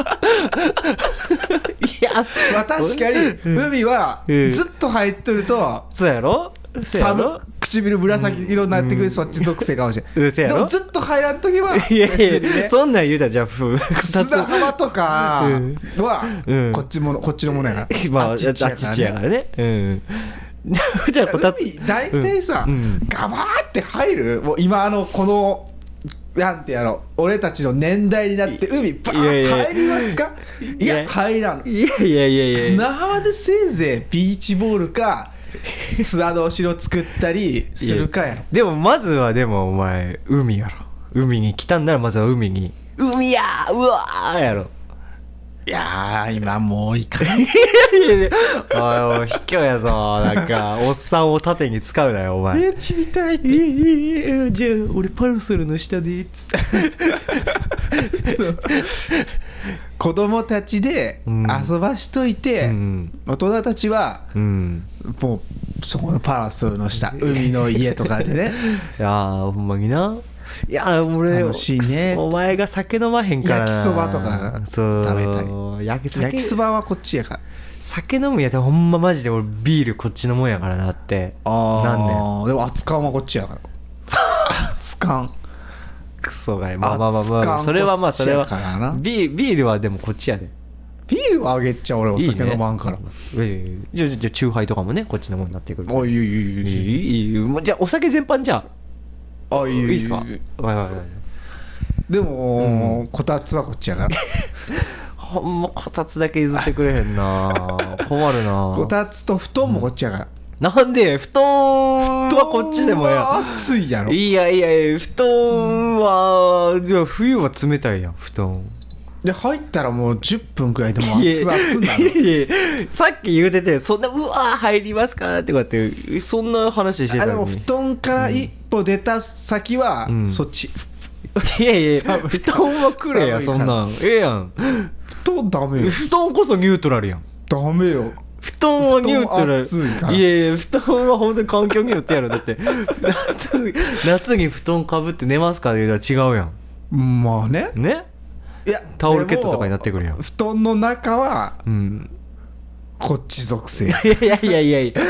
Speaker 2: いや
Speaker 1: まあ確かに海は
Speaker 2: うん
Speaker 1: ずっと入っとると
Speaker 2: そうやろそうや
Speaker 1: 寒
Speaker 2: ろ
Speaker 1: 唇紫色になってく
Speaker 2: うん
Speaker 1: るそっち属性かもし
Speaker 2: う
Speaker 1: れ
Speaker 2: ん
Speaker 1: ん
Speaker 2: せや
Speaker 1: で
Speaker 2: ろ
Speaker 1: もずっと入らん時はい
Speaker 2: や
Speaker 1: 別
Speaker 2: い
Speaker 1: に
Speaker 2: や、
Speaker 1: ね
Speaker 2: そんなん言うたらじゃあ、ふ、こたつ。
Speaker 1: 砂浜とか
Speaker 2: うんうん
Speaker 1: はこっちものこっちのものやから
Speaker 2: まあ、あっ
Speaker 1: っちやからね
Speaker 2: ちやからね。うん。じゃあ、こたつ。
Speaker 1: 海大体さ、
Speaker 2: うんうん
Speaker 1: ガバーって入るもう今あのこのなんてやろ俺たちの年代になって海バ
Speaker 2: いやい
Speaker 1: ー
Speaker 2: や
Speaker 1: ッ入りますかい
Speaker 2: い
Speaker 1: や
Speaker 2: や
Speaker 1: 入らん
Speaker 2: いやいやいやいや。
Speaker 1: 砂浜でせいぜいビーチボールか砂のお城作ったりするかやろ
Speaker 2: でも、まずは、でも、お前、海やろ。海に来たんなら、まずは海に。海やーうわーやろ。
Speaker 1: いやー今もういいか
Speaker 2: いやいやいや、 おいおい、卑怯やぞ。なんか、おっさんを盾に使うなよ、お前。
Speaker 1: えーちみたいっ
Speaker 2: え
Speaker 1: て
Speaker 2: ええじゃあ俺パルソルの下でつって
Speaker 1: 子供たちで
Speaker 2: うん
Speaker 1: 遊ばしといて、
Speaker 2: うん
Speaker 1: 大人たちは
Speaker 2: うん
Speaker 1: もうそこのパラソルの下海の家とかでね
Speaker 2: いやーほんまにないやー俺
Speaker 1: 楽しいね
Speaker 2: お前が酒飲まへんからな
Speaker 1: 焼きそばとか
Speaker 2: そう
Speaker 1: 食べたり
Speaker 2: 焼き酒
Speaker 1: 焼きそばはこっちやから
Speaker 2: 酒飲むやったらほんまマジで俺ビールこっちのもんやからなってなんねん
Speaker 1: ああでも熱燗はこっちやから熱燗
Speaker 2: クソがいまあまあまあまあ
Speaker 1: 熱燗
Speaker 2: それはまあそれは
Speaker 1: こっちやからな
Speaker 2: ビビールはでもこっちやで
Speaker 1: ビールはあげっちゃ俺お
Speaker 2: いい
Speaker 1: 酒
Speaker 2: ね
Speaker 1: 飲まんから
Speaker 2: いやいやいやじゃあじゃあじゃあチューハイとかもねこっちのもんになってくる
Speaker 1: あいいよいい
Speaker 2: い
Speaker 1: よ
Speaker 2: い
Speaker 1: いいよ
Speaker 2: いいいいもうじゃあお酒全般じゃ
Speaker 1: あ
Speaker 2: あ
Speaker 1: い
Speaker 2: い
Speaker 1: いよ
Speaker 2: いっすか
Speaker 1: よ
Speaker 2: はい
Speaker 1: よ
Speaker 2: はいはい
Speaker 1: でも、こたつはこっちや から
Speaker 2: ほんまこたつだけ譲ってくれへんな 困るな
Speaker 1: こたつと布団もこっちやから、
Speaker 2: なんで布団はこっちでも
Speaker 1: 布
Speaker 2: や
Speaker 1: 団は暑いやろ
Speaker 2: いやいやいや布団はじゃあ冬は冷たいやん布団
Speaker 1: で入ったらもう10分くらいでもう
Speaker 2: いや
Speaker 1: 熱々になる
Speaker 2: いやいやさっき言うててそんなうわー入りますかってこうやってそんな話して
Speaker 1: あ
Speaker 2: た
Speaker 1: で
Speaker 2: の
Speaker 1: も
Speaker 2: に
Speaker 1: 布団から一歩出た先は、
Speaker 2: ん
Speaker 1: そっち
Speaker 2: いやいや布団はくれ
Speaker 1: 寒
Speaker 2: や
Speaker 1: い
Speaker 2: そ
Speaker 1: から
Speaker 2: んなんええやん
Speaker 1: 布団ダメよ
Speaker 2: 布団こそニュートラルやん
Speaker 1: ダメよ
Speaker 2: 布団はニュートラル
Speaker 1: 布団暑いから
Speaker 2: いやいや布団は本当に環境によってやろだって夏夏に布団かぶって寝ますかって言うたら違うや
Speaker 1: まあね
Speaker 2: んね
Speaker 1: いや
Speaker 2: タオルケットとかになってくるやん
Speaker 1: でも布団の中は
Speaker 2: うん
Speaker 1: こっち属性
Speaker 2: いやいやいやいや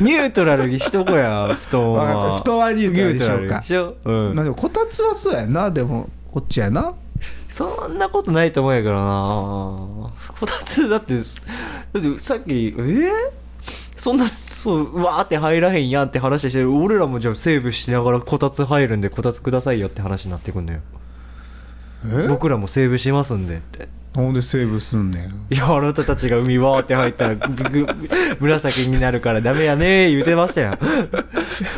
Speaker 2: ニュートラルにしとこや布団
Speaker 1: わかっ
Speaker 2: は
Speaker 1: た布団はニュートラルにしようか
Speaker 2: ニュートラルにしよううん
Speaker 1: まあでもこたつはそうやなでもこっちやな
Speaker 2: そんなことないと思うんやからなこたつだってすだってさっきえーそんなそうわーって入らへんやんって話して俺らもじゃあセーブしながらこたつ入るんでこたつくださいよって話になってくんのよ
Speaker 1: え
Speaker 2: 僕らもセーブしますんでって
Speaker 1: なんでセーブすんね ん
Speaker 2: いやあなたたちが海わーって入ったらぐぐ紫になるからダメやねー言うてましたやん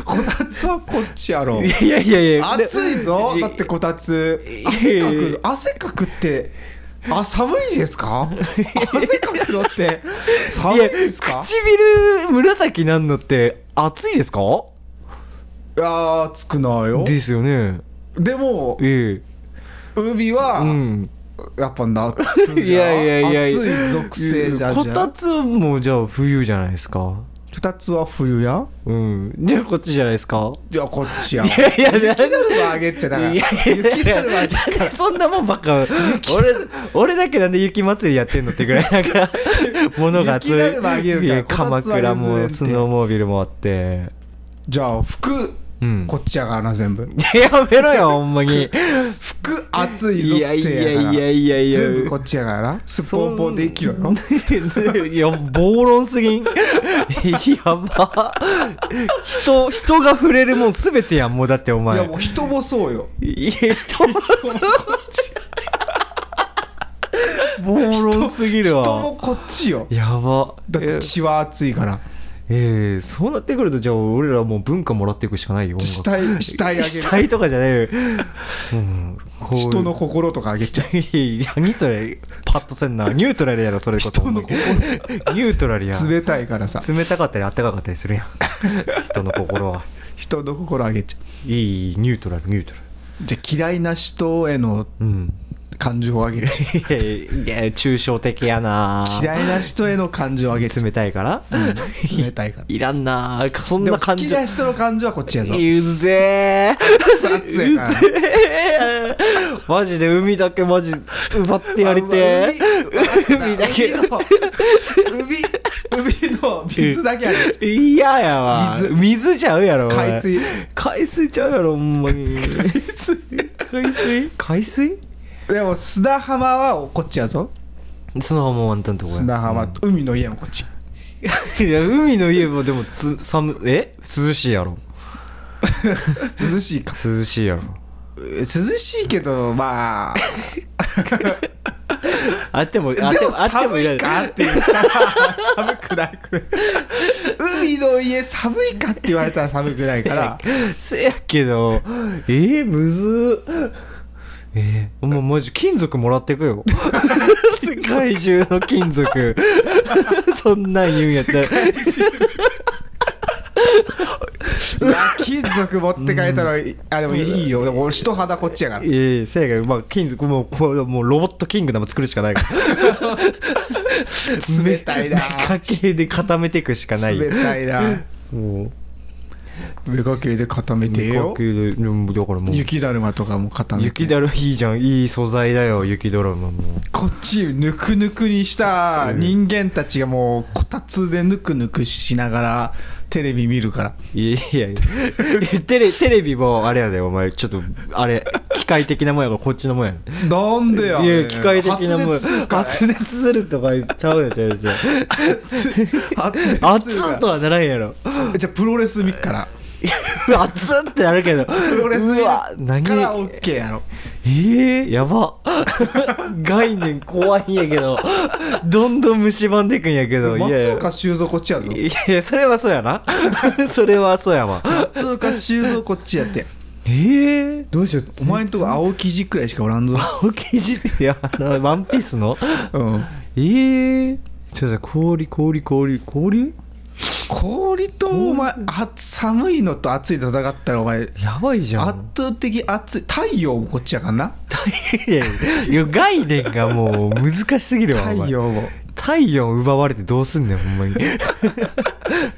Speaker 1: こたつはこっちやろ
Speaker 2: いやいやいや
Speaker 1: 暑いぞ
Speaker 2: で
Speaker 1: だってこたつ
Speaker 2: い
Speaker 1: 汗
Speaker 2: や
Speaker 1: かくぞ汗かくってあ寒いですか汗かくのって寒いです
Speaker 2: いや
Speaker 1: か
Speaker 2: 唇紫なんのって暑いですか
Speaker 1: いやー暑くないよ
Speaker 2: ですよね
Speaker 1: でも
Speaker 2: え
Speaker 1: 海
Speaker 2: え
Speaker 1: は、
Speaker 2: うん
Speaker 1: やっぱ夏
Speaker 2: い
Speaker 1: じゃん
Speaker 2: やいやいや
Speaker 1: 暑い属性じゃん
Speaker 2: こ
Speaker 1: じゃ
Speaker 2: た
Speaker 1: ん
Speaker 2: つもじゃあ冬じゃないですか
Speaker 1: こたつは冬やん
Speaker 2: うんじゃあこっちじゃないですか
Speaker 1: いやこっちやん
Speaker 2: いやい や
Speaker 1: 雪だるまあげっちゃだから
Speaker 2: いやいやいや
Speaker 1: 雪だるまあげっち
Speaker 2: そんなもんばっか 俺俺だけなんで雪祭りやってんのってぐらいな んか物が熱い
Speaker 1: 雪だるまあげるから
Speaker 2: いや鎌倉もスノーモービルもあって
Speaker 1: じゃあ服
Speaker 2: うん
Speaker 1: こっちやからな全部
Speaker 2: やめろよほん ま に
Speaker 1: 服暑い
Speaker 2: い
Speaker 1: 属
Speaker 2: やい
Speaker 1: 性や
Speaker 2: や
Speaker 1: から
Speaker 2: いやいやいや
Speaker 1: 全部こっちやからなすっぽんぽんで生きろよ
Speaker 2: そん いや暴論すぎんやば人人が触れるもん全てやんもうだってお
Speaker 1: い
Speaker 2: 前
Speaker 1: やもう人もそうよ
Speaker 2: いや人もそう暴論すぎる
Speaker 1: 人
Speaker 2: わ
Speaker 1: もこっちよ
Speaker 2: やば
Speaker 1: だって
Speaker 2: え
Speaker 1: 血は暑いから
Speaker 2: ええそうなってくるとじゃあ俺らもう文化もらっていくしかないよ
Speaker 1: 死 体死体あげる
Speaker 2: 死体とかじゃないよ、うん、こういう
Speaker 1: 人の心とかあげちゃう
Speaker 2: いや何それパッとせんなニュートラルやろそれこそ
Speaker 1: 人の心
Speaker 2: ニュートラルや
Speaker 1: 冷たいからさ
Speaker 2: 冷たかったりあったかかったりするやん人の心は
Speaker 1: 人の心あげちゃ
Speaker 2: いいニュートラルニュートラル
Speaker 1: うじゃあ嫌いな人への
Speaker 2: うん
Speaker 1: 感情をあげる
Speaker 2: いやいや抽象的やな
Speaker 1: 嫌いな人への感情をあげちゃ
Speaker 2: 冷たいから、
Speaker 1: う冷たいから
Speaker 2: いらんなそん
Speaker 1: でも
Speaker 2: な
Speaker 1: 好
Speaker 2: 感
Speaker 1: き
Speaker 2: 情
Speaker 1: な人の感情はこっちやぞ
Speaker 2: うぜ
Speaker 1: さっ
Speaker 2: え
Speaker 1: つ
Speaker 2: う
Speaker 1: や
Speaker 2: ぜ
Speaker 1: から
Speaker 2: えマジで海だけマジ奪ってやりてえ
Speaker 1: あ まあ海
Speaker 2: 海だけ
Speaker 1: 海の海海の水だけあげちゃ
Speaker 2: 嫌やわ
Speaker 1: 水
Speaker 2: 水水ちゃうやろお前
Speaker 1: 海水
Speaker 2: 海水ちゃうやろほんまに 海水海水
Speaker 1: うでも砂浜はこっちやぞ
Speaker 2: 砂浜ワンタンとこや
Speaker 1: 砂浜と海の家もこっち
Speaker 2: いや海の家もでもつ寒え涼しいやろ
Speaker 1: 涼しいか
Speaker 2: 涼しいやろ
Speaker 1: 涼しいけど まあ
Speaker 2: あってもあっ
Speaker 1: で
Speaker 2: て
Speaker 1: も
Speaker 2: あっても
Speaker 1: 寒いかっていうから 寒くないこれ海の家寒いかって言われたら寒くない から
Speaker 2: せやけどえー、むずっえー、もうマジ金属もらって くよ世界中の金属そんなん言うんやったら
Speaker 1: うわ金属持って帰ったらあでもいいよでも俺人肌こっちやから
Speaker 2: ええせやけどまあ金属もうこうもうロボットキングダム作るしかないから
Speaker 1: 冷たいな
Speaker 2: 目かけで固めていくしかない
Speaker 1: 冷たいな
Speaker 2: もう
Speaker 1: 目かけで固めて
Speaker 2: 目か
Speaker 1: よ
Speaker 2: けでうんだからもう
Speaker 1: 雪だるまとかも固めて
Speaker 2: 雪だるいいじゃんいい素材だよ雪だるまも
Speaker 1: こっちぬくぬくにした人間たちがもうこたつでぬくぬくしながらテレビ見るから
Speaker 2: いやいやい やテレテレビもあれやでお前ちょっとあれ機械的なもんやからこっちのもんやね
Speaker 1: なんでや
Speaker 2: いや機械的なもん
Speaker 1: 発熱するから
Speaker 2: 発熱するとか言っちゃうやちゃうやちゃう
Speaker 1: 発熱する から
Speaker 2: 熱っとはならん やろ
Speaker 1: じゃあプロレス見っから
Speaker 2: 熱っってなるけど
Speaker 1: プロレス見
Speaker 2: う
Speaker 1: る
Speaker 2: わ何
Speaker 1: からオッケーやろ
Speaker 2: えー、やば概念怖いんやけどどんどん蝕んでいくんやけどいやい
Speaker 1: 松
Speaker 2: や
Speaker 1: 岡修造こっちやぞ
Speaker 2: いやいやそれはそう やなそれはそうやわ
Speaker 1: 松岡修造こっちやって
Speaker 2: えー、どうしよう
Speaker 1: お前んとこ青生地くらいしかおらんぞ
Speaker 2: 青生地っていやあのワンピー スの
Speaker 1: うん
Speaker 2: えー、ちょっと氷氷氷氷
Speaker 1: 氷とお前あ寒いのと暑いの戦ったらお前
Speaker 2: やばいじゃ
Speaker 1: 圧
Speaker 2: ん
Speaker 1: 倒的暑い太陽もこっちやからない
Speaker 2: やいやいや概念がもう難しすぎるわお前
Speaker 1: 太陽も
Speaker 2: 太陽奪われてどうすんねんほんまに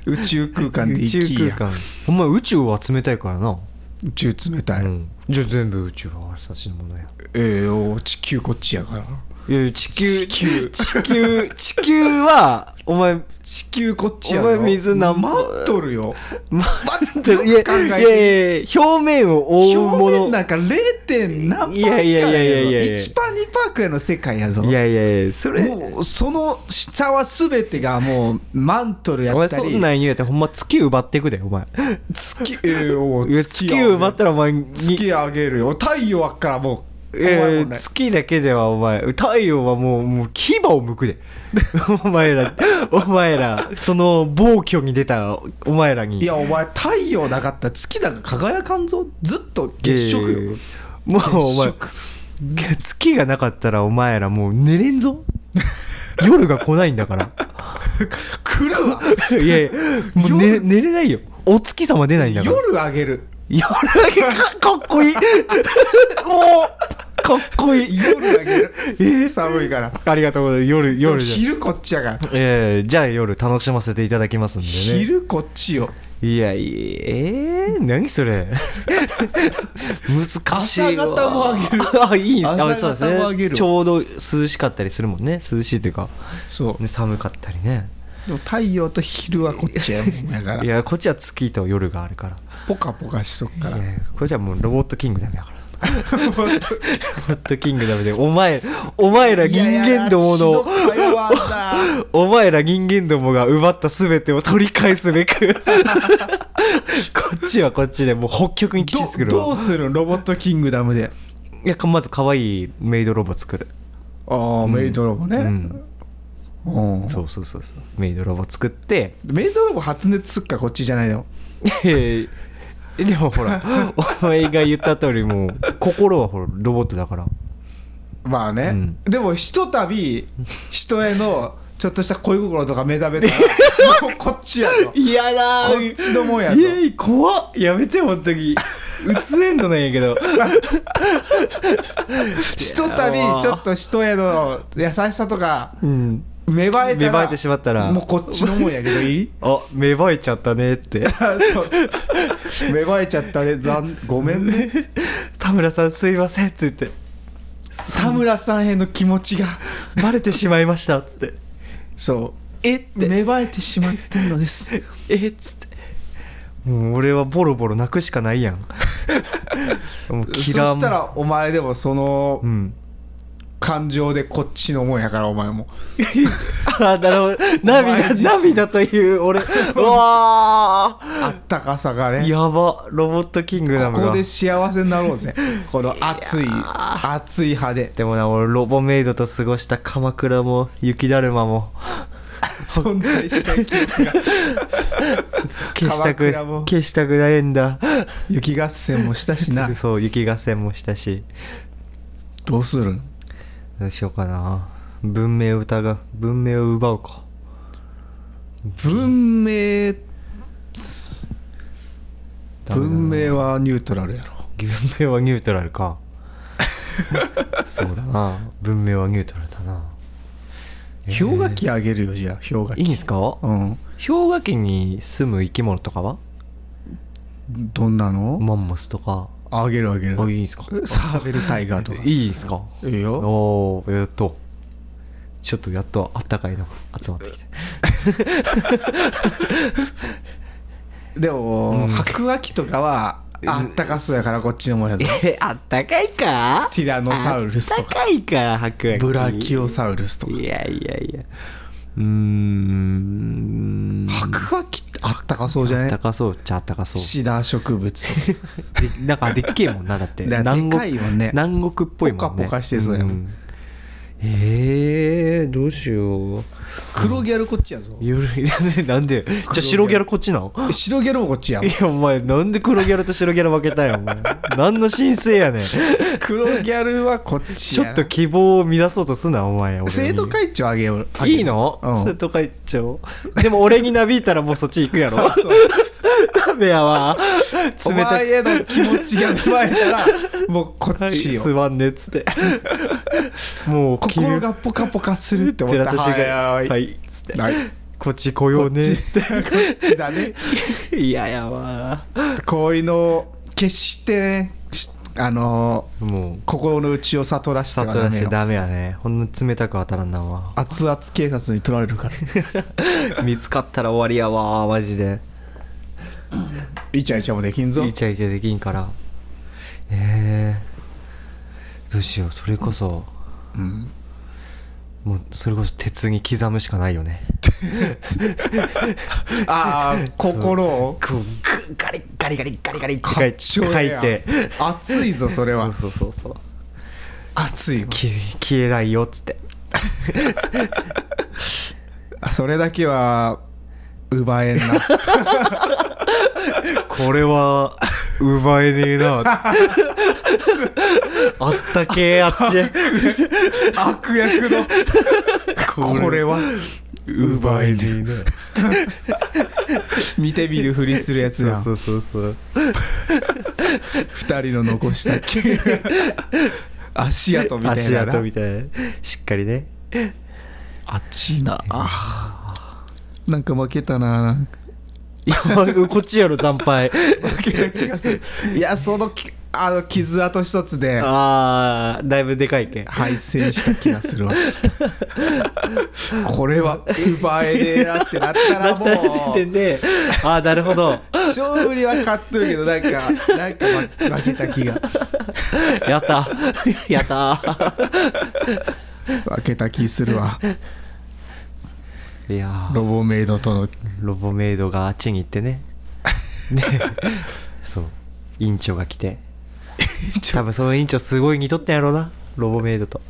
Speaker 1: 宇宙空間で
Speaker 2: 宇
Speaker 1: 生
Speaker 2: 宙
Speaker 1: き
Speaker 2: 空
Speaker 1: や
Speaker 2: 間ほんま宇宙は冷たいからな
Speaker 1: 宇宙冷たい、
Speaker 2: うんじゃあ全部宇宙は私たちのものや
Speaker 1: ええよ地球こっちやから
Speaker 2: いやいや地球
Speaker 1: 地球
Speaker 2: 地球地球はお前
Speaker 1: 地球こっちや
Speaker 2: お前水なんぼ
Speaker 1: 待っとるよ
Speaker 2: 待
Speaker 1: 待っ
Speaker 2: って
Speaker 1: てよ
Speaker 2: いや
Speaker 1: く考
Speaker 2: いや
Speaker 1: え
Speaker 2: いやいや表面を
Speaker 1: 表
Speaker 2: 覆うもの
Speaker 1: 面なんか 0. 点何パーしかない
Speaker 2: いやいやいやいやい
Speaker 1: よ
Speaker 2: や
Speaker 1: 1パー2パーくらいの世界やぞ
Speaker 2: いやいやいやそれ
Speaker 1: もうその下は全てがもうマントルや
Speaker 2: お前
Speaker 1: った
Speaker 2: そ
Speaker 1: り
Speaker 2: んなん言うてほんま月奪ってくでお前
Speaker 1: 月ええよ
Speaker 2: いや
Speaker 1: あげ
Speaker 2: 月
Speaker 1: る
Speaker 2: 奪ったらお前に
Speaker 1: 月あげるよ太陽あっからもう
Speaker 2: いやいや
Speaker 1: 怖いもんね
Speaker 2: 月だけではお前太陽はもうもう牙を剥く でお前らお前らその暴挙に出たお前らに
Speaker 1: いやお前太陽なかったら月なんか輝かんぞずっと月食よ、
Speaker 2: いやいやいやもうお前
Speaker 1: 月食
Speaker 2: 月がなかったらお前らもう寝れ んぞ夜が来ないんだから
Speaker 1: 来るわ
Speaker 2: いやいやもう寝寝れないよお月様出ないんだから
Speaker 1: 夜あげる
Speaker 2: 夜だけかっ こいいもうかっこいい
Speaker 1: 夜あげ る
Speaker 2: えー
Speaker 1: 寒いから
Speaker 2: ありがとうございます夜夜じゃん
Speaker 1: 昼こっちやから、
Speaker 2: ええじゃあ夜楽しませていただきますんでね
Speaker 1: 昼こっちよ
Speaker 2: いやいやえー、何 それ難しいわ
Speaker 1: 朝方もあげる
Speaker 2: あいいんすかあ
Speaker 1: 朝
Speaker 2: そう
Speaker 1: 方もあげる
Speaker 2: ですねちょうど涼しかったりするもんね涼しいというか、
Speaker 1: そう
Speaker 2: ね、寒かったりね
Speaker 1: でも太陽と昼はこっちやもんやか
Speaker 2: い
Speaker 1: ら
Speaker 2: やこっちは月と夜があるから
Speaker 1: ポカポカしとくから
Speaker 2: いやこれじゃもうロボットキングダムや からロボットキングダムでお前お前ら人間ども
Speaker 1: いやいや
Speaker 2: の
Speaker 1: 血の通わんな
Speaker 2: お前ら人間どもが奪った全てを取り返すべく こっちはこっちでもう北極に基地作
Speaker 1: ど
Speaker 2: る
Speaker 1: どう
Speaker 2: わ
Speaker 1: するんロボットキングダムで
Speaker 2: いやまず可愛いメイドロボ作る
Speaker 1: ああ、メイドロボね、
Speaker 2: うん
Speaker 1: うん
Speaker 2: そうそうそうそうメイドラボ作って
Speaker 1: メイドラボ発熱すっかこっちじゃないの
Speaker 2: えーでもほ らお前が言った通りもう心はほらロボットだから
Speaker 1: まあね、
Speaker 2: うん
Speaker 1: でもひとたび人へのちょっとした恋心とか目覚めたら もうこっちやろ
Speaker 2: 嫌だ
Speaker 1: こっちのもんやと
Speaker 2: いえい怖っやめてほんとにうつえんのなんやけ ど
Speaker 1: ひとたびちょっと人への優しさとか
Speaker 2: うん
Speaker 1: 芽生えたら
Speaker 2: 芽生えてしまったら
Speaker 1: もうこっちのもんやけど いい
Speaker 2: あ芽生えちゃったねって
Speaker 1: あそうそう芽生えちゃったね残ごめんね
Speaker 2: 田村さんすいませんって言って
Speaker 1: 田村さんへの気持ちが
Speaker 2: バレてしまいましたっつって
Speaker 1: そ
Speaker 2: えっ
Speaker 1: う
Speaker 2: て
Speaker 1: 芽生えてしまってるの です
Speaker 2: えっつってもう俺はボロボロ泣くしかないやん もう
Speaker 1: そ
Speaker 2: キラー
Speaker 1: し
Speaker 2: も
Speaker 1: たらお前でもその
Speaker 2: うん
Speaker 1: 感情でこっちのもんやからお前も
Speaker 2: ああなるほど
Speaker 1: 前
Speaker 2: 涙
Speaker 1: 自身
Speaker 2: 涙という俺 うわー
Speaker 1: あったかさがね
Speaker 2: やばロボットキングダムが
Speaker 1: ここで幸せになろう ぜこの熱い
Speaker 2: いやー
Speaker 1: 熱い派で
Speaker 2: でもな俺ロボメイドと過ごした鎌倉も雪だるまも
Speaker 1: 存在した記憶が
Speaker 2: 消した
Speaker 1: 鎌
Speaker 2: く
Speaker 1: 倉も
Speaker 2: 消したくないんだ
Speaker 1: 雪合戦もしたし な
Speaker 2: そう雪合戦もしたし
Speaker 1: どうするん
Speaker 2: どうしようかな文明を疑う文明を奪うか
Speaker 1: 文明文明はニュートラルやろ
Speaker 2: 文明はニュートラルか そうだな文明はニュートラルだな
Speaker 1: 氷河期あげるよじゃあ氷河
Speaker 2: いいん
Speaker 1: 期
Speaker 2: ですか
Speaker 1: うん
Speaker 2: 氷河期に住む生き物とかは
Speaker 1: どんなの
Speaker 2: マンモスとか
Speaker 1: あげるあげる
Speaker 2: あいいんすか
Speaker 1: サーベルタイガーとかい
Speaker 2: いいですか
Speaker 1: いよ
Speaker 2: おおやっとちょっとやっとあったかいのが集まってきて
Speaker 1: でも、
Speaker 2: うん
Speaker 1: 白亜紀とかはあったかそうやからこっちのもんやぞ
Speaker 2: えあったかいか
Speaker 1: ティラノサウルスとか
Speaker 2: あったかいから白亜紀
Speaker 1: ブラキオサウルスとか
Speaker 2: いやいやいやうーん
Speaker 1: 白亜紀ってあったかそうじゃ
Speaker 2: あ
Speaker 1: な
Speaker 2: っ
Speaker 1: い
Speaker 2: たかそうっちゃあったかそう
Speaker 1: シダ植物とか
Speaker 2: でなんかでっけえもんなだって
Speaker 1: だからでかいもんね
Speaker 2: 南国っぽいもんね
Speaker 1: ポカポカしてそうやもん
Speaker 2: んえー、どうしよう
Speaker 1: 黒ギャルこっちやぞ
Speaker 2: 夜 なんでじゃあ白ギャルこっちなの
Speaker 1: 白ギャルもこっちや
Speaker 2: いやお前なんで黒ギャルと白ギャル分けたんやお前何の申請やねん
Speaker 1: 黒ギャルはこっち
Speaker 2: ちょ
Speaker 1: や
Speaker 2: っと希望を乱そうとすなお前俺
Speaker 1: 生徒
Speaker 2: 会
Speaker 1: 会長あげよう
Speaker 2: いいの、
Speaker 1: うん
Speaker 2: 生徒会長でも俺になびいたらもうそっち行くやろ ダメやわ
Speaker 1: お
Speaker 2: 冷た
Speaker 1: 前
Speaker 2: い
Speaker 1: への気持ちが芽生えたらもうこっちよ
Speaker 2: すまんねっつってもう君
Speaker 1: 心がポカポカするって思った
Speaker 2: 寺田氏が
Speaker 1: は
Speaker 2: はいい
Speaker 1: はい
Speaker 2: つって
Speaker 1: はい
Speaker 2: こっち来
Speaker 1: こ
Speaker 2: よう
Speaker 1: っ
Speaker 2: ね
Speaker 1: ちこっちだね
Speaker 2: いややわ
Speaker 1: こういうの決してねしあの
Speaker 2: も
Speaker 1: ー
Speaker 2: う
Speaker 1: 心の内を悟らせては
Speaker 2: 悟
Speaker 1: ダ
Speaker 2: ら
Speaker 1: メ
Speaker 2: して
Speaker 1: よ
Speaker 2: ダメやねほんの冷たく当たらんな わ
Speaker 1: 熱々警察に取られるから
Speaker 2: 見つかったら終わりやわマジで
Speaker 1: イチャイチャもでき んぞ
Speaker 2: イチャイチャできんからえー、どうしようそれこそ
Speaker 1: うん
Speaker 2: もうそれこそ鉄に刻むしかないよね
Speaker 1: ああ心を
Speaker 2: こうグッガリガリガリガリガリって書
Speaker 1: かっ
Speaker 2: いて
Speaker 1: ちょ
Speaker 2: 書い
Speaker 1: ええやん
Speaker 2: て
Speaker 1: 熱いぞそれは
Speaker 2: そうそうそうそう
Speaker 1: 熱いわ
Speaker 2: 消え消えないよっつって
Speaker 1: それだけは奪 えんな
Speaker 2: これは奪えねえなあ ったけえあっち
Speaker 1: 悪役のこれは奪えねえ
Speaker 2: な
Speaker 1: 見て見るふりするやつやん
Speaker 2: そうそうそう
Speaker 1: 二人の残したっ け足跡みたいな
Speaker 2: 足跡み
Speaker 1: たい
Speaker 2: たいなしっかりね
Speaker 1: な熱いなあーなんか負けたななんか
Speaker 2: いやこっちやろ惨 敗
Speaker 1: 負けた気がするいやそのきあの傷跡一つで
Speaker 2: ああだいぶでかいけん
Speaker 1: 敗戦した気がす るわこれは奪えねえなって なった
Speaker 2: だ
Speaker 1: ら
Speaker 2: っ
Speaker 1: も
Speaker 2: た時点
Speaker 1: う
Speaker 2: でああなるほど
Speaker 1: 勝負には勝ってるけどなん かなんか負負けた気が
Speaker 2: やった やった
Speaker 1: 負けた気するわ
Speaker 2: いやー
Speaker 1: ロボメイドとの
Speaker 2: ロボメイドがあっちに行って ねねそう院長が来て多分その院長すごい似とったんやろうなロボメイドと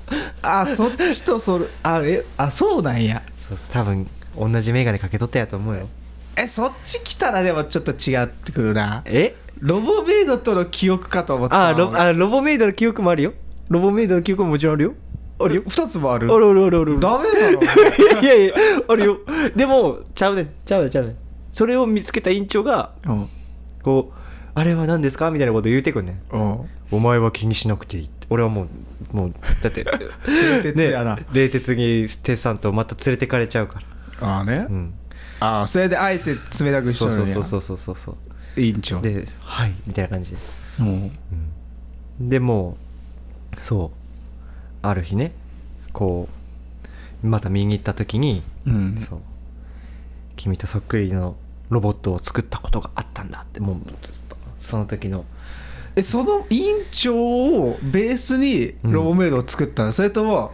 Speaker 1: あそっちとそれあれあそうなんや
Speaker 2: そうそう多分同じ眼鏡かけとったやと思うよ
Speaker 1: えそっち来たらでもちょっと違ってくるな
Speaker 2: え
Speaker 1: ロボメイドとの記憶かと思った
Speaker 2: あロあロボメイドの記憶もあるよロボメイドの記憶ももちろんあるよあるよ
Speaker 1: 2つもあ
Speaker 2: あ
Speaker 1: る
Speaker 2: るあるあるある
Speaker 1: ダメだろ
Speaker 2: いやいやいやあるよでもちゃうねんちゃうねんちゃうねんそれを見つけた院長が
Speaker 1: うん
Speaker 2: こうあれは何ですかみたいなこと言うてくんねん
Speaker 1: うん
Speaker 2: お前は気にしなくていいって俺はもうもうだって
Speaker 1: 冷徹やな
Speaker 2: ね冷徹にテさんとまた連れてかれちゃうから
Speaker 1: ああね、
Speaker 2: うん
Speaker 1: ああそれであえて冷たくし
Speaker 2: そ
Speaker 1: た
Speaker 2: う
Speaker 1: の
Speaker 2: そ
Speaker 1: に
Speaker 2: うそうそうそうそうそう
Speaker 1: 委員長
Speaker 2: で「はい」みたいな感じで
Speaker 1: うん
Speaker 2: でもうそうある日ねこうまた見に行った時に、
Speaker 1: うん
Speaker 2: そう君とそっくりのロボットを作ったことがあったんだってもうずっとその時の
Speaker 1: えその委員長をベースにロボメイドを作ったの、それとも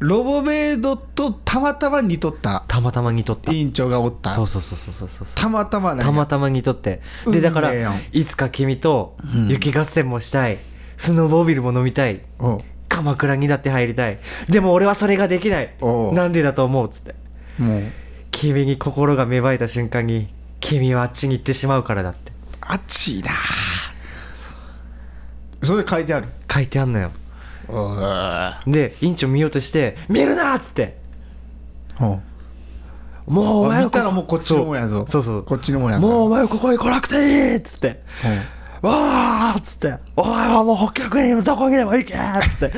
Speaker 1: ロボメイドとたまたま似とった
Speaker 2: たまたまにとった
Speaker 1: 委員長がおった
Speaker 2: そうそうそうそうそうそうそう
Speaker 1: たまたまなんや
Speaker 2: たまたまにとって
Speaker 1: 運命
Speaker 2: でだから
Speaker 1: やん
Speaker 2: いつか君と
Speaker 1: うん
Speaker 2: 雪合戦もしたい、スノーボービルも飲みたい
Speaker 1: おう
Speaker 2: 鎌倉にだって入りたいでも俺はそれができない
Speaker 1: おう
Speaker 2: なんでだと思うっつって
Speaker 1: もう
Speaker 2: 君に心が芽生えた瞬間に君はあっちに行ってしまうからだって
Speaker 1: あっちいなそれ書いてある
Speaker 2: 書いてあんのよ
Speaker 1: おう
Speaker 2: で院長見ようとして「見るな!」っつって
Speaker 1: おう
Speaker 2: 「もうお前
Speaker 1: あ
Speaker 2: は
Speaker 1: 見たらもうこっちのもんやぞ
Speaker 2: そうそうそう
Speaker 1: こっちのもんやから
Speaker 2: もうお前はここに来なくていい!」っつって「わー!」っつって「お前はもう北極にどこにでも行け!」っつ っ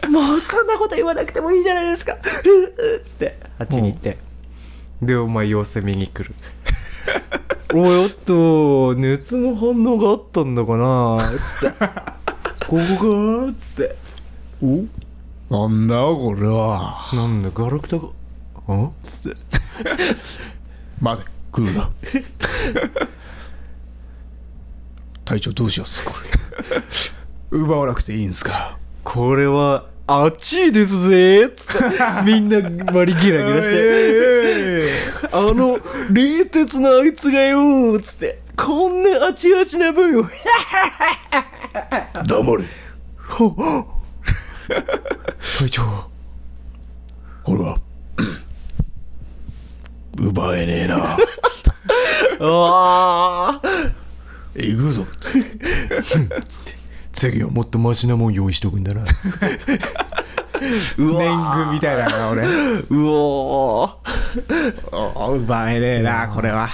Speaker 2: て「もうそんなこと言わなくてもいいじゃないですか!」っつってあっちに行ってでお前様子見に来るおいおっと熱の反応があったんだかなつって「ここか?」っつって
Speaker 1: おおなんだこれは
Speaker 2: 「なんだガラクタがん?」っつって
Speaker 1: 待て来る な隊長どうしようすこれ奪わなくていいんすか
Speaker 2: これは、あっちいですぜっつって、みんな、割りギラギラして、あの、冷徹なあいつがよーつって、こんなあちあちな分を、
Speaker 1: 黙れ
Speaker 2: ほ隊長、
Speaker 1: これは 奪えねえな
Speaker 2: あー
Speaker 1: 行くぞ
Speaker 2: 次はもっとマシなもん用意しとくんだな。う
Speaker 1: 年貢
Speaker 2: わ
Speaker 1: みたいだな 俺
Speaker 2: ーうおー
Speaker 1: お奪えねえなこれは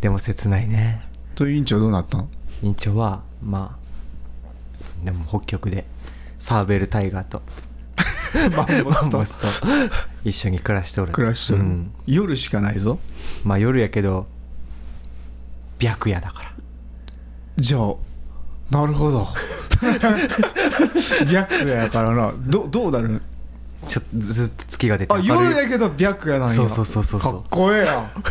Speaker 2: でも切ないね。
Speaker 1: と委員長どうなったの
Speaker 2: 院長は、まあ、でも北極で、サーベルタイガーと、
Speaker 1: マンモ
Speaker 2: マ
Speaker 1: ス
Speaker 2: ン
Speaker 1: と
Speaker 2: モスと一緒に暮らしておる
Speaker 1: 暮らしてる、
Speaker 2: うん
Speaker 1: 夜しかないぞ
Speaker 2: まあ夜やけど白夜だから
Speaker 1: じゃあなる ほど白夜やからなどどうなる
Speaker 2: ちょっとずっと月が出て
Speaker 1: あ
Speaker 2: 明るい
Speaker 1: 夜やけど白夜なんや
Speaker 2: そうそうそうそうそう
Speaker 1: かっこええやん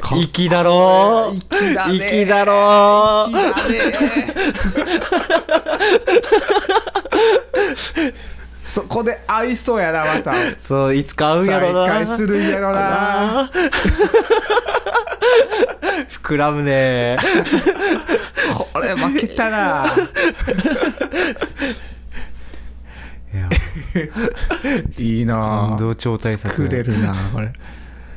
Speaker 1: か
Speaker 2: 粋だろ
Speaker 1: 粋だね
Speaker 2: 粋だろ
Speaker 1: 粋だねそこで会いそうやなまた
Speaker 2: そういつか会うんやろな
Speaker 1: 再会するんやろな
Speaker 2: あー 膨らむね
Speaker 1: これ負けたな
Speaker 2: いや
Speaker 1: いいな
Speaker 2: 感動超大作
Speaker 1: 作れるなこれ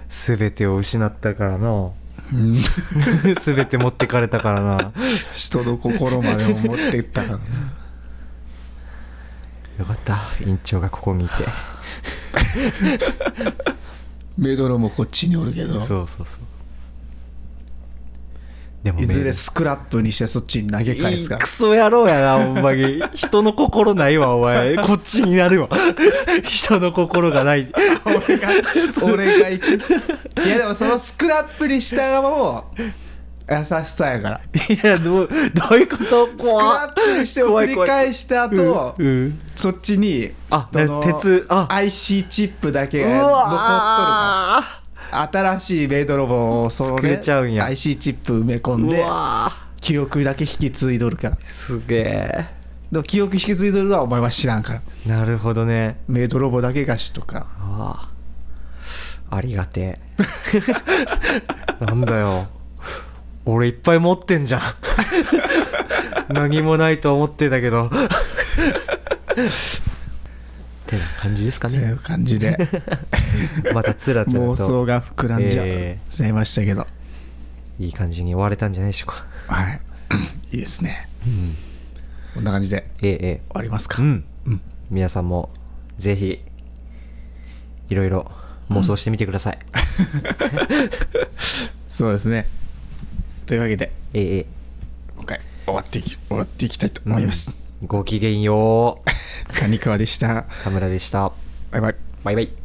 Speaker 2: 全てを失ったからな 全て持ってかれたからな
Speaker 1: 人の心までも持ってったからな
Speaker 2: よかった院長がここにいて
Speaker 1: メドロもこっちにおるけど
Speaker 2: そうそうそうでも
Speaker 1: いず
Speaker 2: メー
Speaker 1: れ
Speaker 2: ル
Speaker 1: スクラップにしてそっちに投げ返すか
Speaker 2: いい
Speaker 1: ら
Speaker 2: クソ野郎やな、ほんまに。人の心ないわ、お前。こっちになるわ。人の心がない。
Speaker 1: 俺が俺が行 くいやでもそのスクラップにした側も優しさやから
Speaker 2: いや、どう、どういうこと
Speaker 1: スクラップにして
Speaker 2: 怖
Speaker 1: 繰
Speaker 2: い
Speaker 1: り
Speaker 2: 怖い
Speaker 1: 返した後
Speaker 2: うんうん
Speaker 1: そっちに
Speaker 2: あ
Speaker 1: その
Speaker 2: 鉄あ
Speaker 1: IC チップだけ
Speaker 2: う
Speaker 1: が残っとるか
Speaker 2: わ
Speaker 1: ら新しいメイドロボをその
Speaker 2: 作
Speaker 1: ね
Speaker 2: れちゃうんや
Speaker 1: IC チップ埋め込ん
Speaker 2: ーう
Speaker 1: で
Speaker 2: わ
Speaker 1: 記憶だけ引き継いどるから
Speaker 2: ーすげえ。
Speaker 1: でも記憶引き継いどるのはお前は知らんから
Speaker 2: なるほどね。
Speaker 1: メイドロボだけがしとか
Speaker 2: ああ。ありがてえ。なんだよ。俺いっぱい持ってんじゃん。何もないと思ってたけど。てな感じですか
Speaker 1: そうい
Speaker 2: ね
Speaker 1: う感じで
Speaker 2: またつらつら
Speaker 1: 妄想
Speaker 2: と
Speaker 1: が膨らんじゃ,、
Speaker 2: えー
Speaker 1: ちゃいましたけど
Speaker 2: いい感じに終われたんじゃないでしょうか
Speaker 1: はい いいですね
Speaker 2: うん
Speaker 1: こんな感じで
Speaker 2: えええ
Speaker 1: 終わります
Speaker 2: えう
Speaker 1: か、
Speaker 2: ん
Speaker 1: うん
Speaker 2: 皆さんもぜひいろいろ妄想してみてください、
Speaker 1: そうですねというわけで
Speaker 2: えええ
Speaker 1: 今回終わっていき終わっていきたいと思います、
Speaker 2: えごきげんよう
Speaker 1: 谷川でした
Speaker 2: 田村でした
Speaker 1: バイバイ
Speaker 2: バイバイ